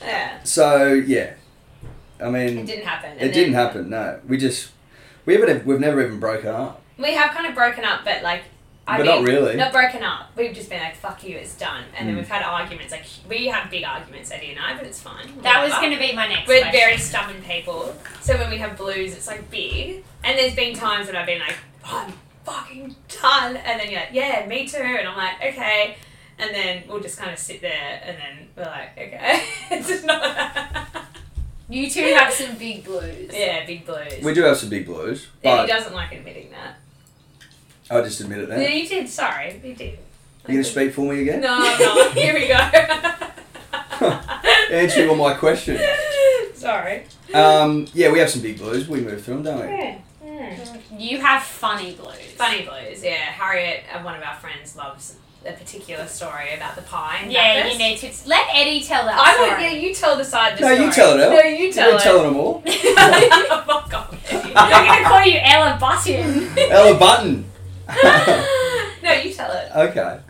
yeah. so yeah. I mean, It didn't happen. and it then didn't happen. No, we just we haven't we've never even broken up. We have kind of broken up, but like. I But mean, not really. Hmm. Not broken up. We've just been like, "Fuck you, it's done," and then we've had arguments. Like we have big arguments, Eddie and I, but it's fine. That was Whatever. going to be my next We're question. very stubborn people. So when we have blues, it's like big. And there's been times when I've been like, I'm fucking done. And then you're like, yeah, me too. And I'm like, okay. And then we'll just kind of sit there and then we're like, okay. it's just not. you two have some big blues. yeah, big blues. We do have some big blues, and he but doesn't like admitting that. I'll just admit it then. No, you did, sorry. You did. You gonna speak for me again? No, I'm not. Here we go. Answer all my questions. sorry. Um, yeah, we have some big blues. We move through them, don't we? Yeah. You You have funny blues. Funny blues, yeah. Harriet, uh, one of our friends, loves a particular story about the pie. in Yeah, Bathurst. you need to let Eddie tell that I would. story. Yeah, you tell the side. Of the No, you tell it, out. Elle. No, you tell You're it. telling them all. Fuck off. I'm Eddie. gonna call you Ella Button. Ella Button. no, you tell it. okay.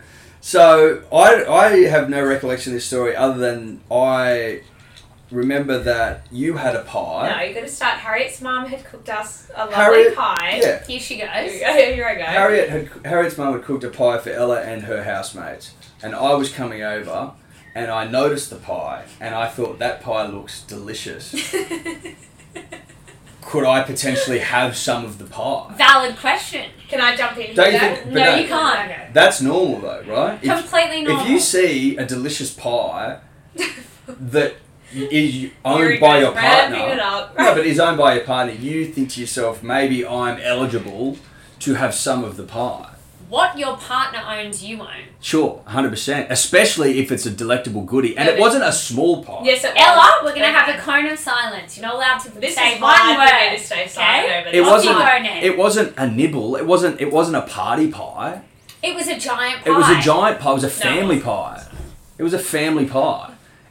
So I, I have no recollection of this story other than I remember that you had a No, pie. you got to start. Harriet's mum had cooked us a lovely Harriet- pie. Yeah. Here she Here we goes. go. Here I go. Harriet had Harriet's mum had cooked a pie for Ella and her housemates, and I was coming over, and I noticed the pie, and I thought that pie looks delicious. Could I potentially have some of the pie? Valid question. Can I jump in? Don't here? you think- No, But no. you can't. Okay. That's normal though, right? If, Completely normal. if you see a delicious pie that is Here he owned by goes, your wrapping It partner, up. no, but is owned by your partner, you think to yourself, maybe I'm eligible to have some of the pie. what your partner owns, you own. Sure, hundred percent. Especially if it's a delectable goodie, and Yeah, it but- wasn't a small pie. Yes, it was. Ella, we're gonna Okay. have a cone of silence. You're not allowed to This say is one hard for me word. to stay silent okay? over It this. wasn't- Off you go now. It wasn't a nibble. It wasn't. It wasn't a party pie. It was a giant pie. It was a giant pie. It was a No, it family pie. It was a family pie.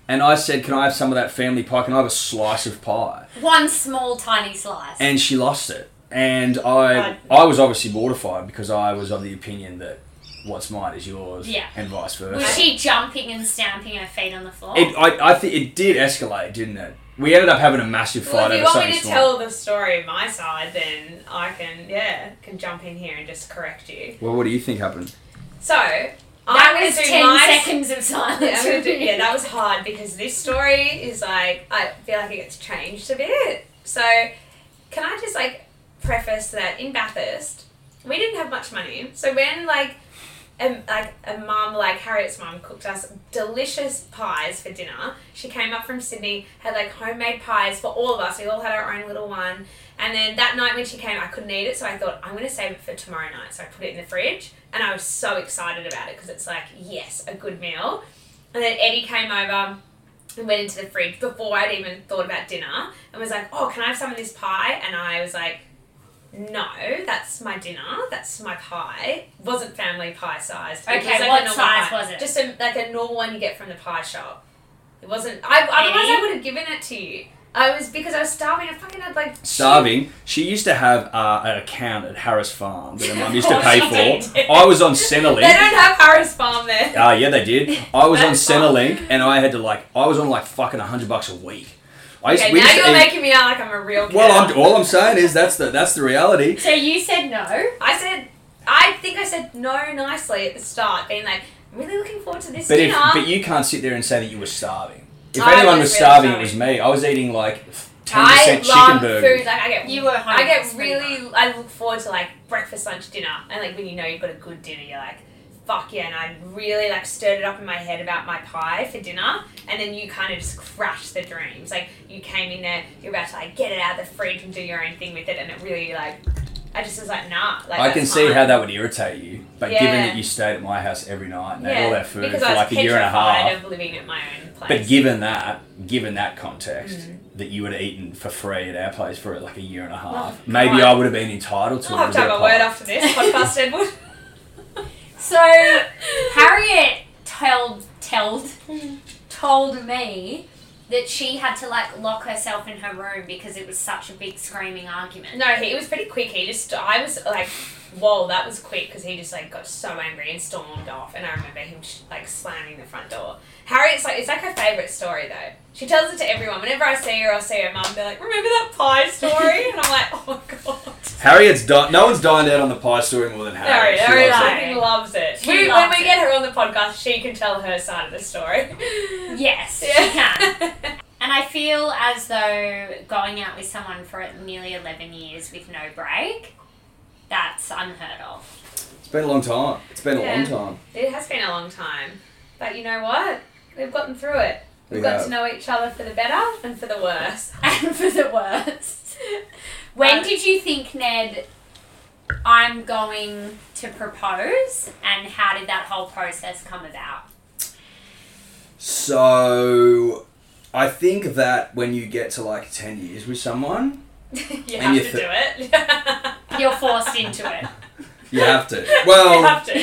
And I said, "Can I have some of that family pie? Can I have a slice of pie?" One small, tiny slice. And she lost it. And I, I was obviously mortified because I was of the opinion that what's mine is yours, Yeah. and vice versa. was she jumping and stamping her feet on the floor? It, I, I think it did escalate, didn't it? We ended up having a massive fight Well, if over you want something me to small. tell the story my side, then I can, yeah, can jump in here and just correct you. Well, what do you think happened? So, I'm that going was to do ten my seconds of silence. Yeah, I'm gonna for do- me. yeah, that was hard because this story is like I feel like it gets changed a bit. So can I just like preface that in Bathurst we didn't have much money, so when like a, like a mum like Harriet's mum cooked us delicious pies for dinner. She came up from Sydney, had like homemade pies for all of us. We all had our own little one. And then that night when she came, I couldn't eat it, so I thought I'm gonna save it for tomorrow night. So I put it in the fridge, and I was so excited about it because it's like yes, a good meal. And then Eddie came over and went into the fridge before I'd even thought about dinner and was like, Oh, can I have some of this pie? And I was like, No, that's my dinner. That's my pie. Wasn't family pie sized. It Okay, was like what a normal size pie. was it? Just a, like a normal one you get from the pie shop. It wasn't. I, otherwise, I Eddie? would have given it to you. I was because I was starving. I fucking had like Starving. She used to have uh, an account at Harris Farm that her mum used to Of pay course Oh, she did. for. I was on They don't Centrelink. have Harris Farm there. Ah, yeah, they did. I was on That's fine. Centrelink, and I had to like, I was on like fucking hundred bucks a week. I used, Okay, we now used to you're eat- making me out like I'm a real. Cow. well, I'm, all I'm saying is that's the that's the reality. So you said no. I said, I think I said no nicely at the start, being like, I'm really looking forward to this But if dinner. but you can't sit there and say that you were starving. If I anyone was was, really starving, it starving. was me. I was eating like ten I percent chicken love burgers. food. Like I get, You were I homeless, get pretty really. I look forward to like breakfast, lunch, dinner, and like when you know you've got a good dinner, you're like, fuck yeah! And I really like stirred it up in my head about my pie for dinner, and then you kind of just crushed the dreams. Like you came in there, you're about to like get it out of the fridge and do your own thing with it, and it really like, I just was like, nah. Like I can that's see fine. how that would irritate you, but given Yeah. that you stayed at my house every night and had Yeah, all that food for because I was like a year and a petrified half, of living at my own place. but given that, given that context, Mm. that you would have eaten for free at our place for like a year and a half, Oh, maybe God. I would have been entitled to I'll a have to have little bit of a word pie. after this podcast, Edward. So Harriet told told told me that she had to like lock herself in her room because it was such a big screaming argument. No, he it was pretty quick. He just, I was like, whoa, that was quick because he just like got so angry and stormed off. And I remember him sh- like slamming the front door. Harriet's like, it's like her favorite story though. She tells it to everyone. Whenever I see her, I'll see her mum. They're like, remember that pie story? And I'm like, oh my god. Harriet's di- no one's dined out on the pie story more than No, Harriet, Harriet. She Harriet loves it. fucking loves it. She we, loves when we it. get her on the podcast, she can tell her side of the story. Yes, she can. And I feel as though going out with someone for nearly eleven years with no break, that's unheard of. It's been a long time. It's been Yeah. a long time. It has been a long time. But you know what? We've gotten through it. We've We got have. to know each other for the better and for the worse. And for the worst. When Uh, did you think, Ned, I'm going to propose? And how did that whole process come about? So, I think that when you get to like ten years with someone, you And have you to th- do it. you're forced into it. You have to. Well, you have to.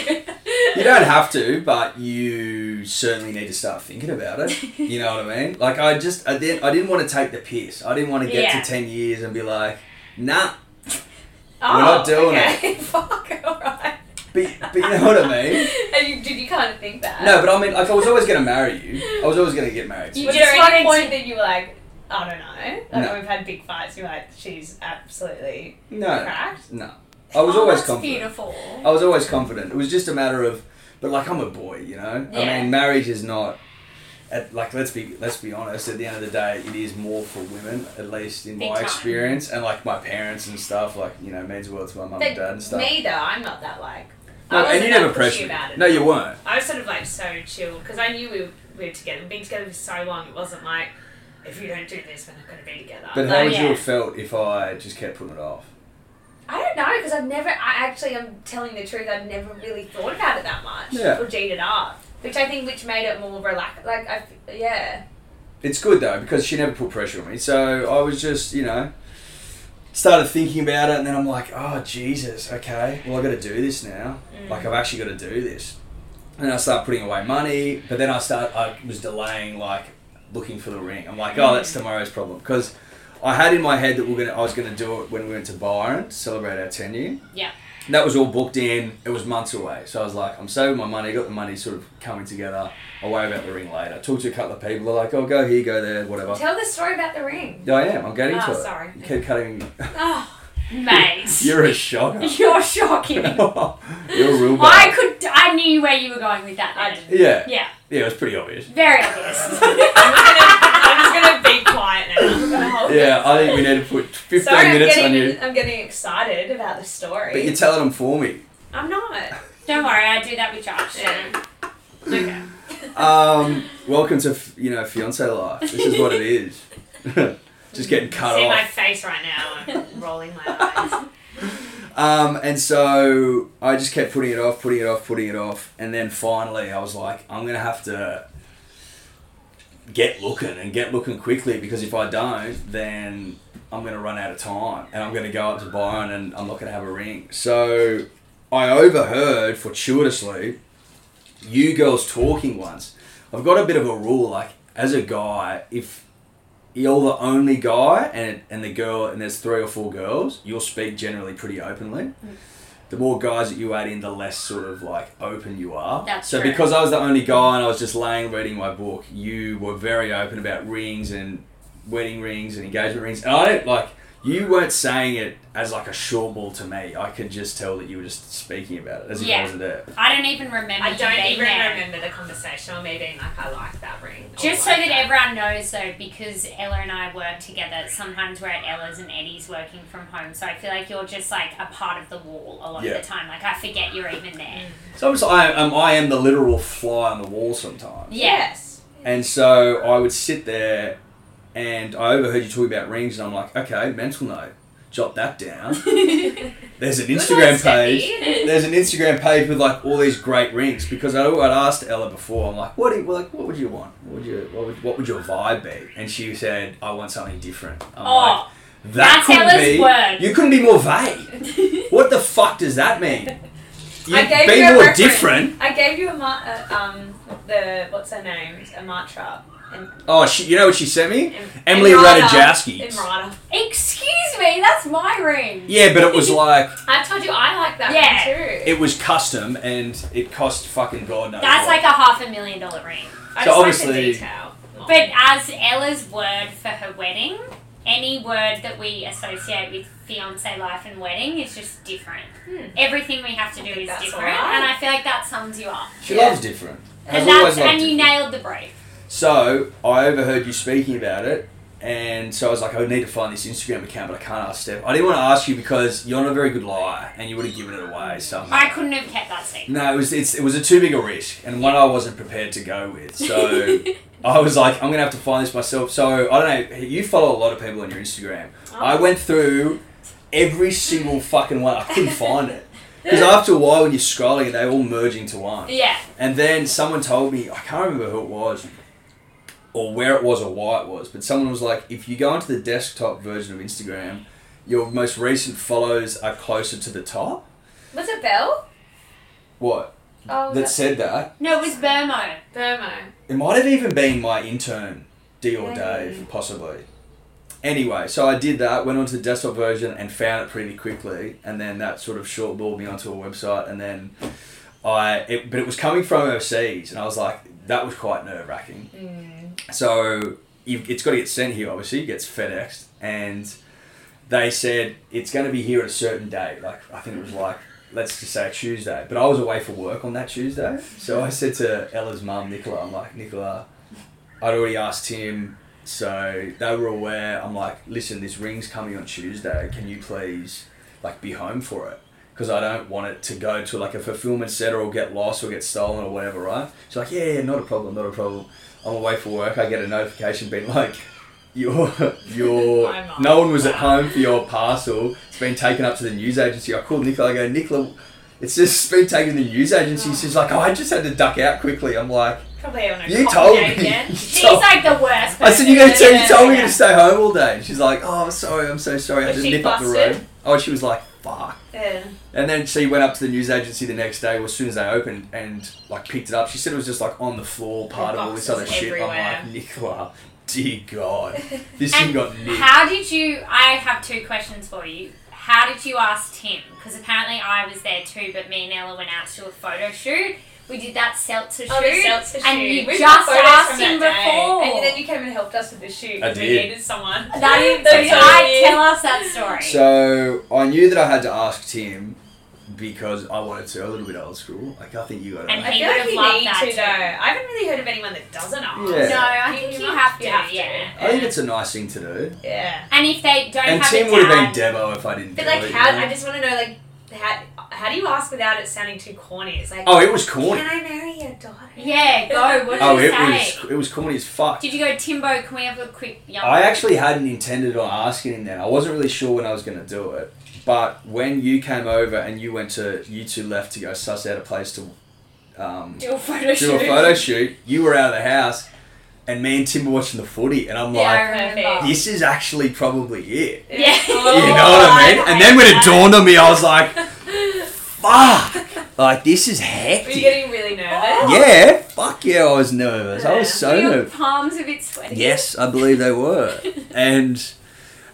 You don't have to, but you certainly need to start thinking about it. You know what I mean? Like I just I didn't I didn't want to take the piss. I didn't want to get Yeah. to ten years and be like, nah. Oh, We're not doing it. okay. Fuck. All right. But, but you know what I mean? And you, did you kind of think that? No, but I mean like I was always gonna marry you. I was always gonna get married. to You you. Was just there any wanted point to- that you were like, I don't know. Like No. we've had big fights. You're like, she's absolutely No, cracked. no. I was always Oh, that's confident. beautiful. I was always confident. It was just a matter of, but like I'm a boy, you know. I Yeah. mean, marriage is not. At, like let's be let's be honest. At the end of the day, it is more for women, at least in Big my time. experience, and like my parents and stuff. Like you know, means the world to my mum But and dad and stuff. Me though, I'm not that like. I no, wasn't and you that never pushy pressured me. about it. No, you weren't. I was sort of like so chilled because I knew we were, we were together. We've been together for so long. It wasn't like if you don't do this, we're not going to be together. But Like, how would you yeah. have felt if I just kept putting it off? I don't know because I've never. I actually, I'm telling the truth. I've never really thought about it that much Yeah. or G'd it up, which I think which made it more relaxed. Like I, f- yeah. It's good though because she never put pressure on me. So I was just you know started thinking about it, and then I'm like, oh Jesus, okay, well I got to do this now. Like I've actually got to do this. And I start putting away money, but then I start I was delaying like looking for the ring. I'm like, oh, that's tomorrow's problem because I had in my head that we we're gonna I was gonna do it when we went to Byron to celebrate our ten year. Yeah. And that was all booked in. It was months away, so I was like, I'm saving my money. Got the money sort of coming together. I'll worry about the ring later. Talked to a couple of people. They're like, oh, go here, go there, whatever. Tell the story about the ring. Yeah, I am. I'm getting Oh, to it. sorry. You keep cutting. Oh, Mate. You're a shocker. You're shocking. You're a real I bad. could. I knew where you were going with that. I then. didn't. Yeah. Yeah, Yeah, it was pretty obvious. very obvious. I'm, just gonna, I'm just gonna be quiet now. I'm gonna hold Yeah, this. I think we need to put 15 Sorry, I'm minutes getting, on you. I'm getting excited about the story. But you're telling them for me. I'm not. Don't worry, I do that with Josh. Yeah. Okay. Um, welcome to f- you know fiance life. This is what it is. Just getting cut See off. my face right now. I'm rolling my eyes. Um, and so I just kept putting it off, putting it off, putting it off, and then finally I was like, I'm gonna have to get looking and get looking quickly because if I don't, then I'm gonna run out of time and I'm gonna go up to Byron and I'm not gonna have a ring. So I overheard fortuitously you girls talking once. I've got a bit of a rule, like as a guy, if you're the only guy and and the girl and there's three or four girls, you'll speak generally pretty openly. Mm. The more guys that you add in, the less sort of like open you are. That's so true. because I was the only guy and I was just laying reading my book, you were very open about rings and wedding rings and engagement rings. And I don't like you weren't saying it as like a shortball to me. I could just tell that you were just speaking about it as if I Yeah. wasn't there. I don't even remember. I you don't being even there. remember the conversation or me being like, I like that ring. or Just so like that everyone knows, though, because Ella and I work together, sometimes we're at Ella's and Eddie's working from home, so I feel like you're just like a part of the wall a lot Yeah. of the time. Like, I forget you're even there. So I'm just, I, am, um, I am the literal fly on the wall sometimes. Yeah. Yes. And so I would sit there and I overheard you talking about rings and I'm like, okay, mental note, jot that down. Mm. There's an Good Instagram one, page. Steffi. There's an Instagram page with like all these great rings because I, I'd asked Ella before. I'm like, what? Do you, like, what would you want? What would you? What would, what would your vibe be? And she said, I want something different. I'm like, Oh, that's couldn't Ella's word. You couldn't be more vague. what the fuck does that mean? You, I gave be you a more reference. different. I gave you a ma- uh, um the what's her name a mantra. And, Oh, she, you know what she sent me? and, Emily Ratajkowski. Imrata. excuse me, that's my ring. Yeah, but it was like I've told you I like that Yeah. ring too. it was custom and it cost fucking god knows. That's what. like a half a million dollar ring. I So just like obviously- the detail. But as Ella's word for her wedding, any word that we associate with fiance life and wedding is just different. Hmm. Everything we have to do think is that's different, alright. and I feel like that sums you up. she yeah. loves different. Has And that's always loved and you different. nailed the brief. So I overheard you speaking about it, and so I was like, I need to find this Instagram account, but I can't ask Steph. I didn't want to ask you because you're not a very good liar, and you would have given it away. So I couldn't have kept that secret. no, it was it's, it was a too big a risk, and one I wasn't prepared to go with. So I was like, I'm gonna have to find this myself. So I don't know. You follow a lot of people on your Instagram. I went through every single fucking one. I couldn't find it. Because after a while, when you're scrolling, they all merge into one. Yeah. And then someone told me, I can't remember who it was, or where it was, or why it was, but someone was like, if you go into the desktop version of Instagram, your most recent follows are closer to the top. Was it Bell? What? Oh, That said that. No, it was Burmo. Thermo. It might have even been my intern, D or Hey. Dave, possibly. Anyway, so I did that, went onto the desktop version and found it pretty quickly, and then that sort of shortballed me onto a website, and then I, it, but it was coming from overseas, and I was like, that was quite nerve wracking. So you it's got to get sent here, obviously, it gets FedExed, and they said it's going to be here at a certain day. Like I think it was like let's just say Tuesday, but I was away for work on that Tuesday. So I said to Ella's mum, Nicola, I'm like Nicola, I'd already asked him, so they were aware. I'm like, listen, this ring's coming on Tuesday. Can you please like be home for it? Because I don't want it to go to like a fulfillment center or get lost or get stolen or whatever, right? She's like, yeah, yeah, not a problem, not a problem. I'm away for work. I get a notification being like, your your I'm off. no one was at home for your parcel. It's been taken up to the news agency. I called Nicola. I go, Nicola, it's just been taken to the news agency. She's like, oh, I just had to duck out quickly. I'm like, Probably on a You coffee told date me. again. You She's told- like the worst. I said, "You're gonna tell turn. you told me you're gonna stay home all day." And she's like, "Oh, I'm sorry, I'm so sorry. I Was had to she nip up the busted? road." Oh, she was like, "Fuck." Yeah. And then she went up to the news agency the next day, well, as soon as they opened, and like picked it up. She said it was just like on the floor, part of all this other Boxes shit. everywhere. I'm like, Nicola, dear God, this And thing got nicked. How did you? I have two questions for you. How did you ask Tim? Because apparently I was there too, but me and Ella went out to a photo shoot. We did that seltzer shoot, Oh, the seltzer and shoot. you We've got just photos asked from him that day. before. And then you came and helped us with the shoot. I 'cause We did. needed someone. that is, That's so That's what we I did. tell us that story. So I knew that I had to ask Tim because I wanted to. A little bit old school. Like I think you got And to. I He feel like would've you loved need that to too. though. I haven't really heard of anyone that doesn't ask. Yeah. No, I think you have to, have yeah. I uh, think it's a nice thing to do. yeah. and if they don't And have Tim a would dad, have been Devo if I didn't. But do like, it, how? you know? I just want to know, like, how, how do you ask without it sounding too corny? It's like, Oh, it was corny. can I marry your daughter? Yeah, go. What did Oh, you it say? was it was corny as fuck. Did you go, Timbo? Can we have a quick? Yum? I actually hadn't intended on asking him then. I wasn't really sure when I was going to do it. But when you came over and you went to, you two left to go suss out a place to um, do a photo shoot. do a photo shoot, you were out of the house and me and Tim were watching the footy. And I'm Yeah, I like, remember. Oh, this is actually probably it. Yeah. You know what I mean? And then when Oh, it dawned on me, I was like, fuck. Like, this is Were you hectic. getting really nervous? Yeah, fuck yeah, I was nervous. I was so Were your nervous. palms a bit sweaty. Yes, I believe they were. and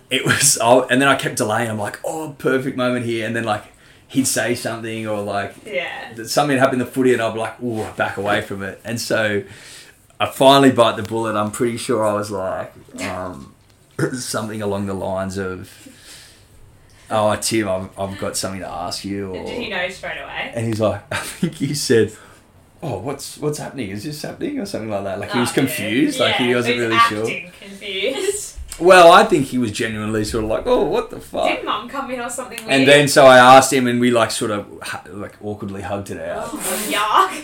it was, I, and then I kept delaying. I'm like, oh, perfect moment here. And then like he'd say something or like Yeah. that something happened in the footy, and I'm like, oh, back away from it. And so I finally bite the bullet. I'm pretty sure I was like um, something along the lines of, oh, Tim, I've, I've got something to ask you. Or, Did he know straight away? and he's like, I think you said, "Oh, what's what's happening? Is this happening?" or something like that. Like he was Oh, yeah. confused, like he Yeah, wasn't He's really sure. acting confused. Well, I think he was genuinely sort of like, "Oh, what the fuck." Did mum come in or something weird? And then so I asked him, and we like sort of hu- like awkwardly hugged it out. Oh,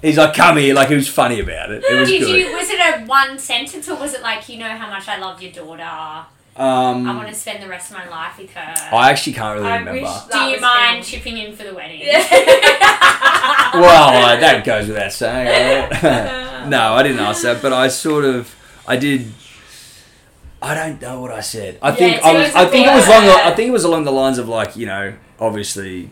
He's like, "Come here," like he was funny about it. It was Did good. you? Was it a one sentence or was it like you know how much I love your daughter? I want Um, to spend the rest of my life with her. I actually can't really I remember. wish Do That you was mind good. chipping in for the wedding? yuck. well, uh, that goes without saying. right? no, I didn't ask that, but I sort of, I did. I don't know what I said. I think so I it was. was I think it was about- along. The, I think it was along the lines of like you know, obviously.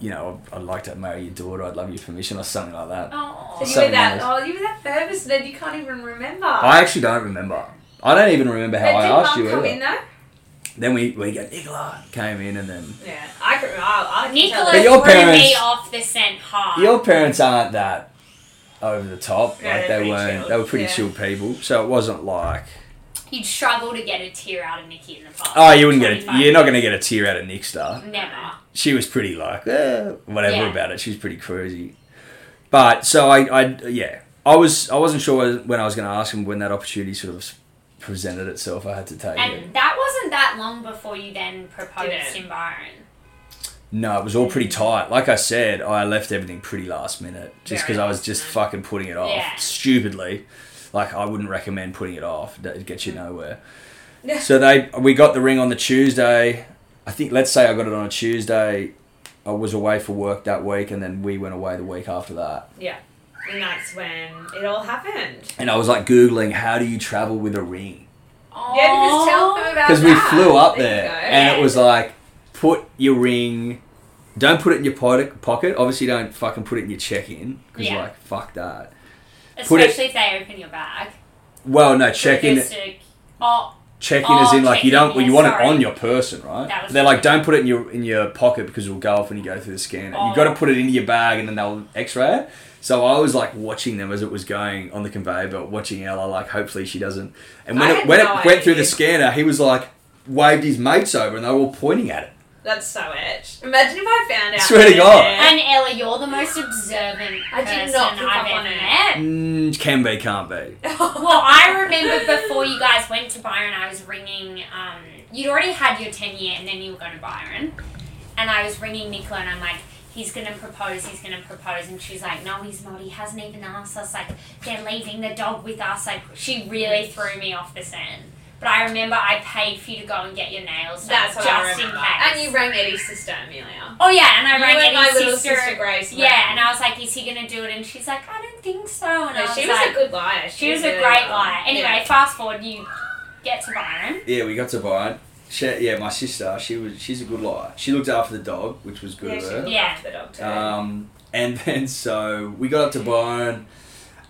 You know, I'd like to marry your daughter. I'd love your permission or something like that. Oh. So you were Something that. else. Oh, you were that nervous. Then you can't even remember. I actually don't remember. I don't even remember how But I did asked mum you. come Either. in though? Then we we go Nicola came in and then Yeah, I can. I, I can Nicholas But Tell your threw me parents- off the scent hard. your parents aren't that over the top. Yeah, they're like they pretty weren't. chilled. They were pretty Yeah. chill people. So it wasn't like You'd struggle to get a tear out of Nikki in the past. Oh, you wouldn't get a, 25 you're not going to get a tear out of Nick Star. Never. She was pretty like eh, whatever Yeah. about it. She was pretty crazy. But so I, I yeah, I was I wasn't sure when I was going to ask him when that opportunity sort of presented itself. I had to take And it. that wasn't that long before you then proposed Did it? in Byron. No, it was all pretty tight. Like I said, I left everything pretty last minute just Very because I was last just minute. fucking putting it off Yeah. stupidly. Like I wouldn't recommend putting it off. That gets you nowhere. Mm. Yeah. so they we got the ring on the Tuesday. I think let's say I got it on a Tuesday. I was away for work that week, and then we went away the week after that. Yeah, and that's when it all happened. And I was like googling, how do you travel with a ring? Yeah, because tell them about Because we that. flew up There you there, go. and it was like, put your ring. Don't put it in your pod- pocket. Obviously, don't fucking put it in your check-in because, Yeah. like, fuck that. Put it- especially if they open your bag. Well, no, check-in, Realistic. Oh, check-in Oh, is in like you check-in, don't. Well, yeah, you want sorry. it on your person, right? That was They're like, don't put it in your in your pocket because it'll go off when you go through the scanner. Oh. You got to put it into your bag, and then they'll X-ray it. So I was like watching them as it was going on the conveyor belt, watching Ella. Like, hopefully she doesn't. And when I it had when no it went through the idea. scanner, he was like waved his mates over, and they were all pointing at it. That's so etched. Imagine if I found out. Swear to that God. there- and Ella, you're the most observant I person did not pick up I've ever on it. met. Mm, can be, can't be. Well, I remember before you guys went to Byron, I was ringing. Um, you'd already had your ten year, and then you were going to Byron, and I was ringing Nicola, and I'm like. He's gonna propose, he's gonna propose, and she's like, No, he's not, he hasn't even asked us. Like, they're leaving the dog with us. Like, she really threw me off the scent. But I remember I paid for you to go and get your nails done That's what just I in remember. case. And you rang Eddie's sister, Amelia. Oh yeah, and I you rang and Eddie's my little sister. sister Grace. Yeah, and I was like, "Is he gonna do it?" And she's like, "I don't think so." And No, I was she was like, a good liar. "She was a really great good liar." Anyway, Yeah. fast forward, you get to Byron. Yeah, we got to Byron. She, yeah, my sister, she was she's a good liar. She looked after the dog, which was good Yeah, she of looked her. Yeah. after the dog too. Um, and then so we got up to Byron.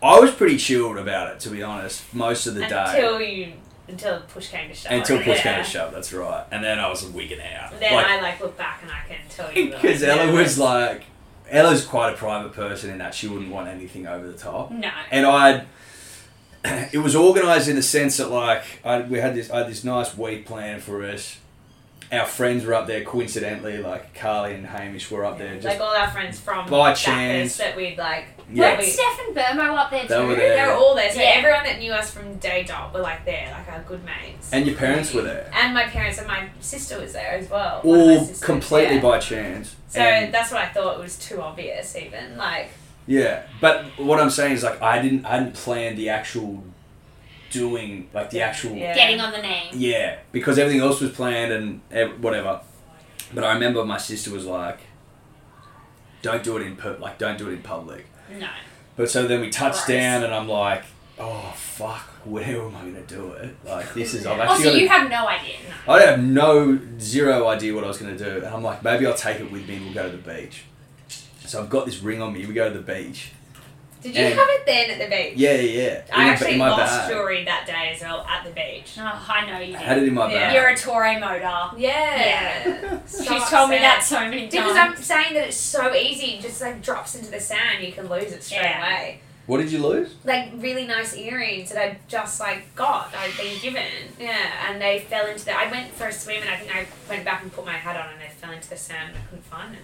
I was pretty chilled about it, to be honest, most of the day. Until you, until push came to shove. Until push yeah. came to shove, that's right. And then I was wigging out. Then Like, I like look back and I can tell you. that, because Ella yeah, was like, Ella's quite a private person in that she wouldn't want anything over the top. No, and I, it was organised in the sense that like I, we had this I had this nice week planned for us. Our friends were up there coincidentally, like Carly and Hamish were up there. Just like all our friends from by that chance. place that we'd like. yeah, weren't Steph and Burmo up there too? They were there. They were all there, so Yeah. everyone that knew us from day dot were like there, like our good mates. and your parents were there, And my parents and my sister was there as well. one of my all sisters, completely yeah. by chance. So And- that's what I thought was too obvious, even like yeah, but what I'm saying is like I didn't I didn't plan the actual doing like the actual Yeah. Getting on the name. Yeah, because everything else was planned and ev- whatever. But I remember my sister was like, "Don't do it in pub- like don't do it in public." No, But so then we touched Gross. down, and I'm like, "Oh fuck, where am I gonna do it? Like this is Oh, I've actually also got to, you have no idea. I have no zero idea what I was gonna do." And I'm like, "Maybe I'll take it with me. and We'll go to the beach." So I've got this ring on me. We go to the beach. Did you And- have it then at the beach? Yeah, yeah. yeah. In I my- actually in my lost bag. jewelry that day as well at the beach. No, oh, I know you I had did. it in my Yeah. bag. You're a Torre motor. Yeah. So She's told me upset. that so many times. Because I'm saying that it's so easy, it just like drops into the sand, you can lose it straight Yeah. away. What did you lose? Like really nice earrings that I just like got, I'd been given. Yeah, and they fell into the. I went for a swim and I think I went back and put my hat on and they fell into the sand and I couldn't find them.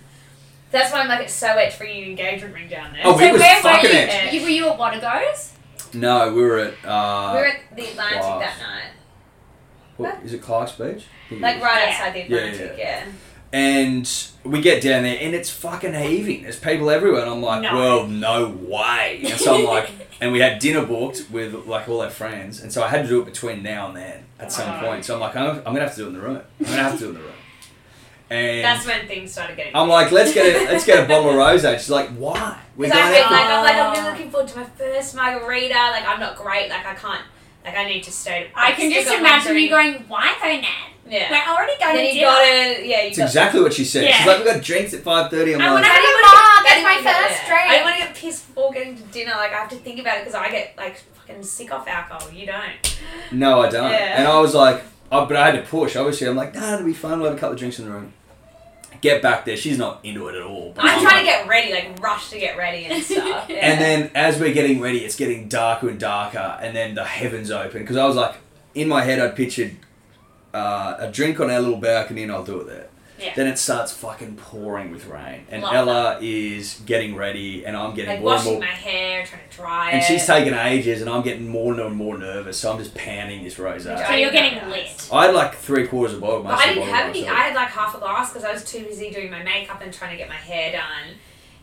That's why I'm like, it's so etched for your engagement ring down there. Oh, we so was where were fucking you? it. you? Were you at Watergoes? No, we were at. Uh, we were at the Atlantic Wow. that night, What, is it Clark's Beach? I think it like is. right Yeah. outside the Yeah, Atlantic. Yeah, And we get down there and it's fucking heaving. There's people everywhere. And I'm like, No. well, no way. And so I'm like, and we had dinner booked with like all our friends. And so I had to do it between now and then at some Wow. point. So I'm like, I'm, I'm going to have to do it in the room. I'm going to have to do it in the room. And Oh, that's when things started getting. I'm like, let's get a, let's get a bottle of rosé. She's like, why? We're Because I've going been out- like, I'm like, I'm really Oh. looking forward to my first margarita. Like, I'm not great. Like, I can't. Like, I need to stay. I can stick just up my imagine drink. you going, "Why go now? Yeah. We're already And going then to you dinner." got it. Yeah, you It's got. exactly what she said. Yeah. She's like, we got drinks at 5.30. I'm I like, wanna- I didn't Grandma, Oh, wanna- that's I didn't my wanna get first there. drink. I don't want to get pissed before getting to dinner. Like, I have to think about it because I get like fucking sick off alcohol. You don't. no, I don't. Yeah. And I was like, I, but I had to push. Obviously, I'm like, nah, it'll be fun. We'll have a couple of drinks in the room. Get back there. She's not into it at all. But I'm like- trying to get ready, like rush to get ready and stuff. Yeah. And then as we're getting ready, it's getting darker and darker, and then the heavens open. Because I was like, in my head, I pictured uh, a drink on our little balcony, and I'll do it there. Yeah. Then it starts fucking pouring with rain, and Love Ella is getting ready, and I'm getting like more and washing more. my hair, trying to dry And it. she's taking ages, and I'm getting more and more nervous. So I'm just panning this Which So rosé. I- you're getting lit. I had like three quarters of a bottle. But most I of the didn't bottle have any. myself. I had like half a glass because I was too busy doing my makeup and trying to get my hair done.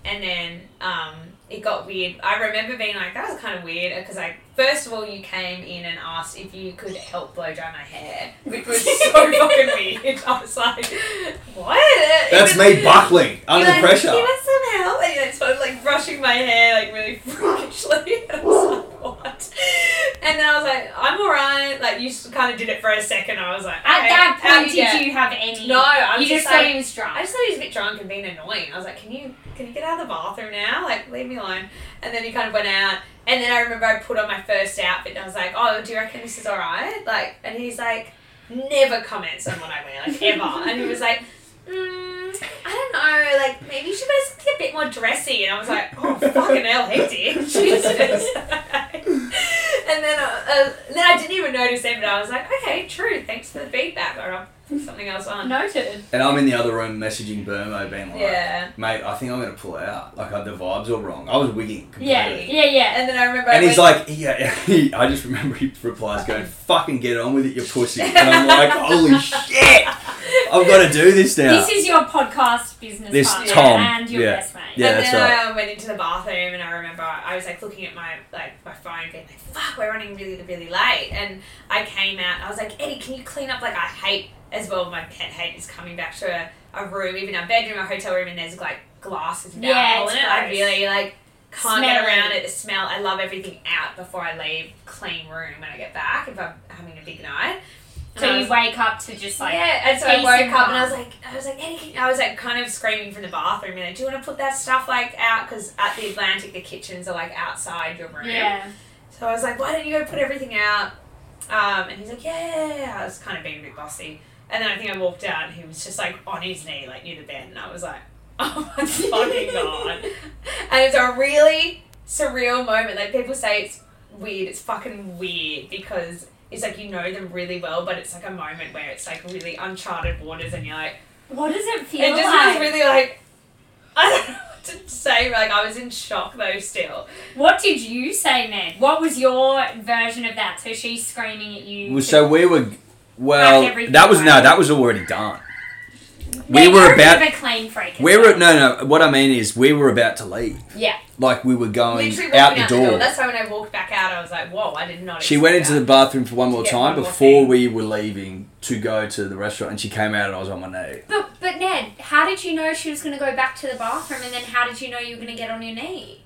And then um, it got weird. I remember being like, that was kind of weird because I first of all you came in and asked if you could help blow dry my hair, which was so fucking weird. I was like, what? That's It was- me buckling under you're like, pressure. Give us some help. And then so I was like brushing my hair like really freakishly. I was like, what? And then I was like, I I'm alright. Like you just kind of did it for a second. I was like, At okay, that how point, you did get? you have any? No, I'm you just just thought like- he was drunk. I just thought he was a bit drunk and being annoying. I was like, "Can you can you get out of the bathroom now? Like, leave me alone." And then he kind of went out. And then I remember I put on my first outfit and I was like, "Oh, do you reckon this is all right?" Like, and he's like, "Never comments on what I wear, like ever." and he was like. Mm, I don't know, like maybe you should guys be a bit more dressy. And I was like, oh fucking hell, he did, Jesus. and then, uh, uh, then I didn't even notice him, but I was like, okay, true, thanks for the feedback. Or I'll put something else on. Noted. And I'm in the other room messaging Burmo, being like, Yeah. mate, I think I'm going to pull out. Like, I, the vibe's all wrong. I was wigging completely. Yeah, yeah, yeah. And then I remember. And I he's went- like, yeah, he, I just remember he replies going, fucking get on with it, you pussy. And I'm like, holy shit, I've got to do this now. This is your podcast business This partner Tom, and your yeah. best mate. Yeah, and that's then right. I um, went into the bathroom, and I remember I was like looking at my like my phone, being like, "Fuck, we're running really, really late." And I came out. I was like, "Eddie, can you clean up?" Like I hate as well. My pet hate is coming back to a, a room, even a bedroom, a hotel room, and there's like glasses and Yeah, alcohol it's in it. I gross. really like can't get Smelly. around it. The smell. I love everything out before I leave. Clean room when I get back if I'm having a big night. And I So was you wake up to just like yeah, and so I peace woke and up and I love. was like, I was like, Eddie, can-" I was like, kind of screaming from the bathroom, and like, do you want to put that stuff like out? Because at the Atlantic, the kitchens are like outside your room. yeah. So I was like, why don't you go put everything out? Um, and he's like, yeah. I was kind of being a bit bossy, and then I think I walked out, and he was just like on his knee, like near the bed, and I was like, oh my fucking god! And it's a really surreal moment. Like people say, it's weird. It's fucking weird because it's like you know them really well, but it's like a moment where it's like really uncharted waters, and you're like, What does it feel it just was like? really like, I don't know what to say. Like I was in shock though. Still, what did you say, Ned? What was your version of that? So she's screaming at you. Well, to- so we were, well, Back everything that was, no, away. that was already done. Ned, We were you're a bit about, of a clean freak. we were, no, no, what I mean is we were about to leave. Yeah. Like, we were going literally walking out the door. That's why when I walked back out, I was like, whoa, I did not. She expect went into the that. bathroom for one more Yeah, time one more before thing. we were leaving to go to the restaurant, and she came out and I was on my knee. But but Ned, how did you know she was going to go back to the bathroom, and then how did you know you were going to get on your knee?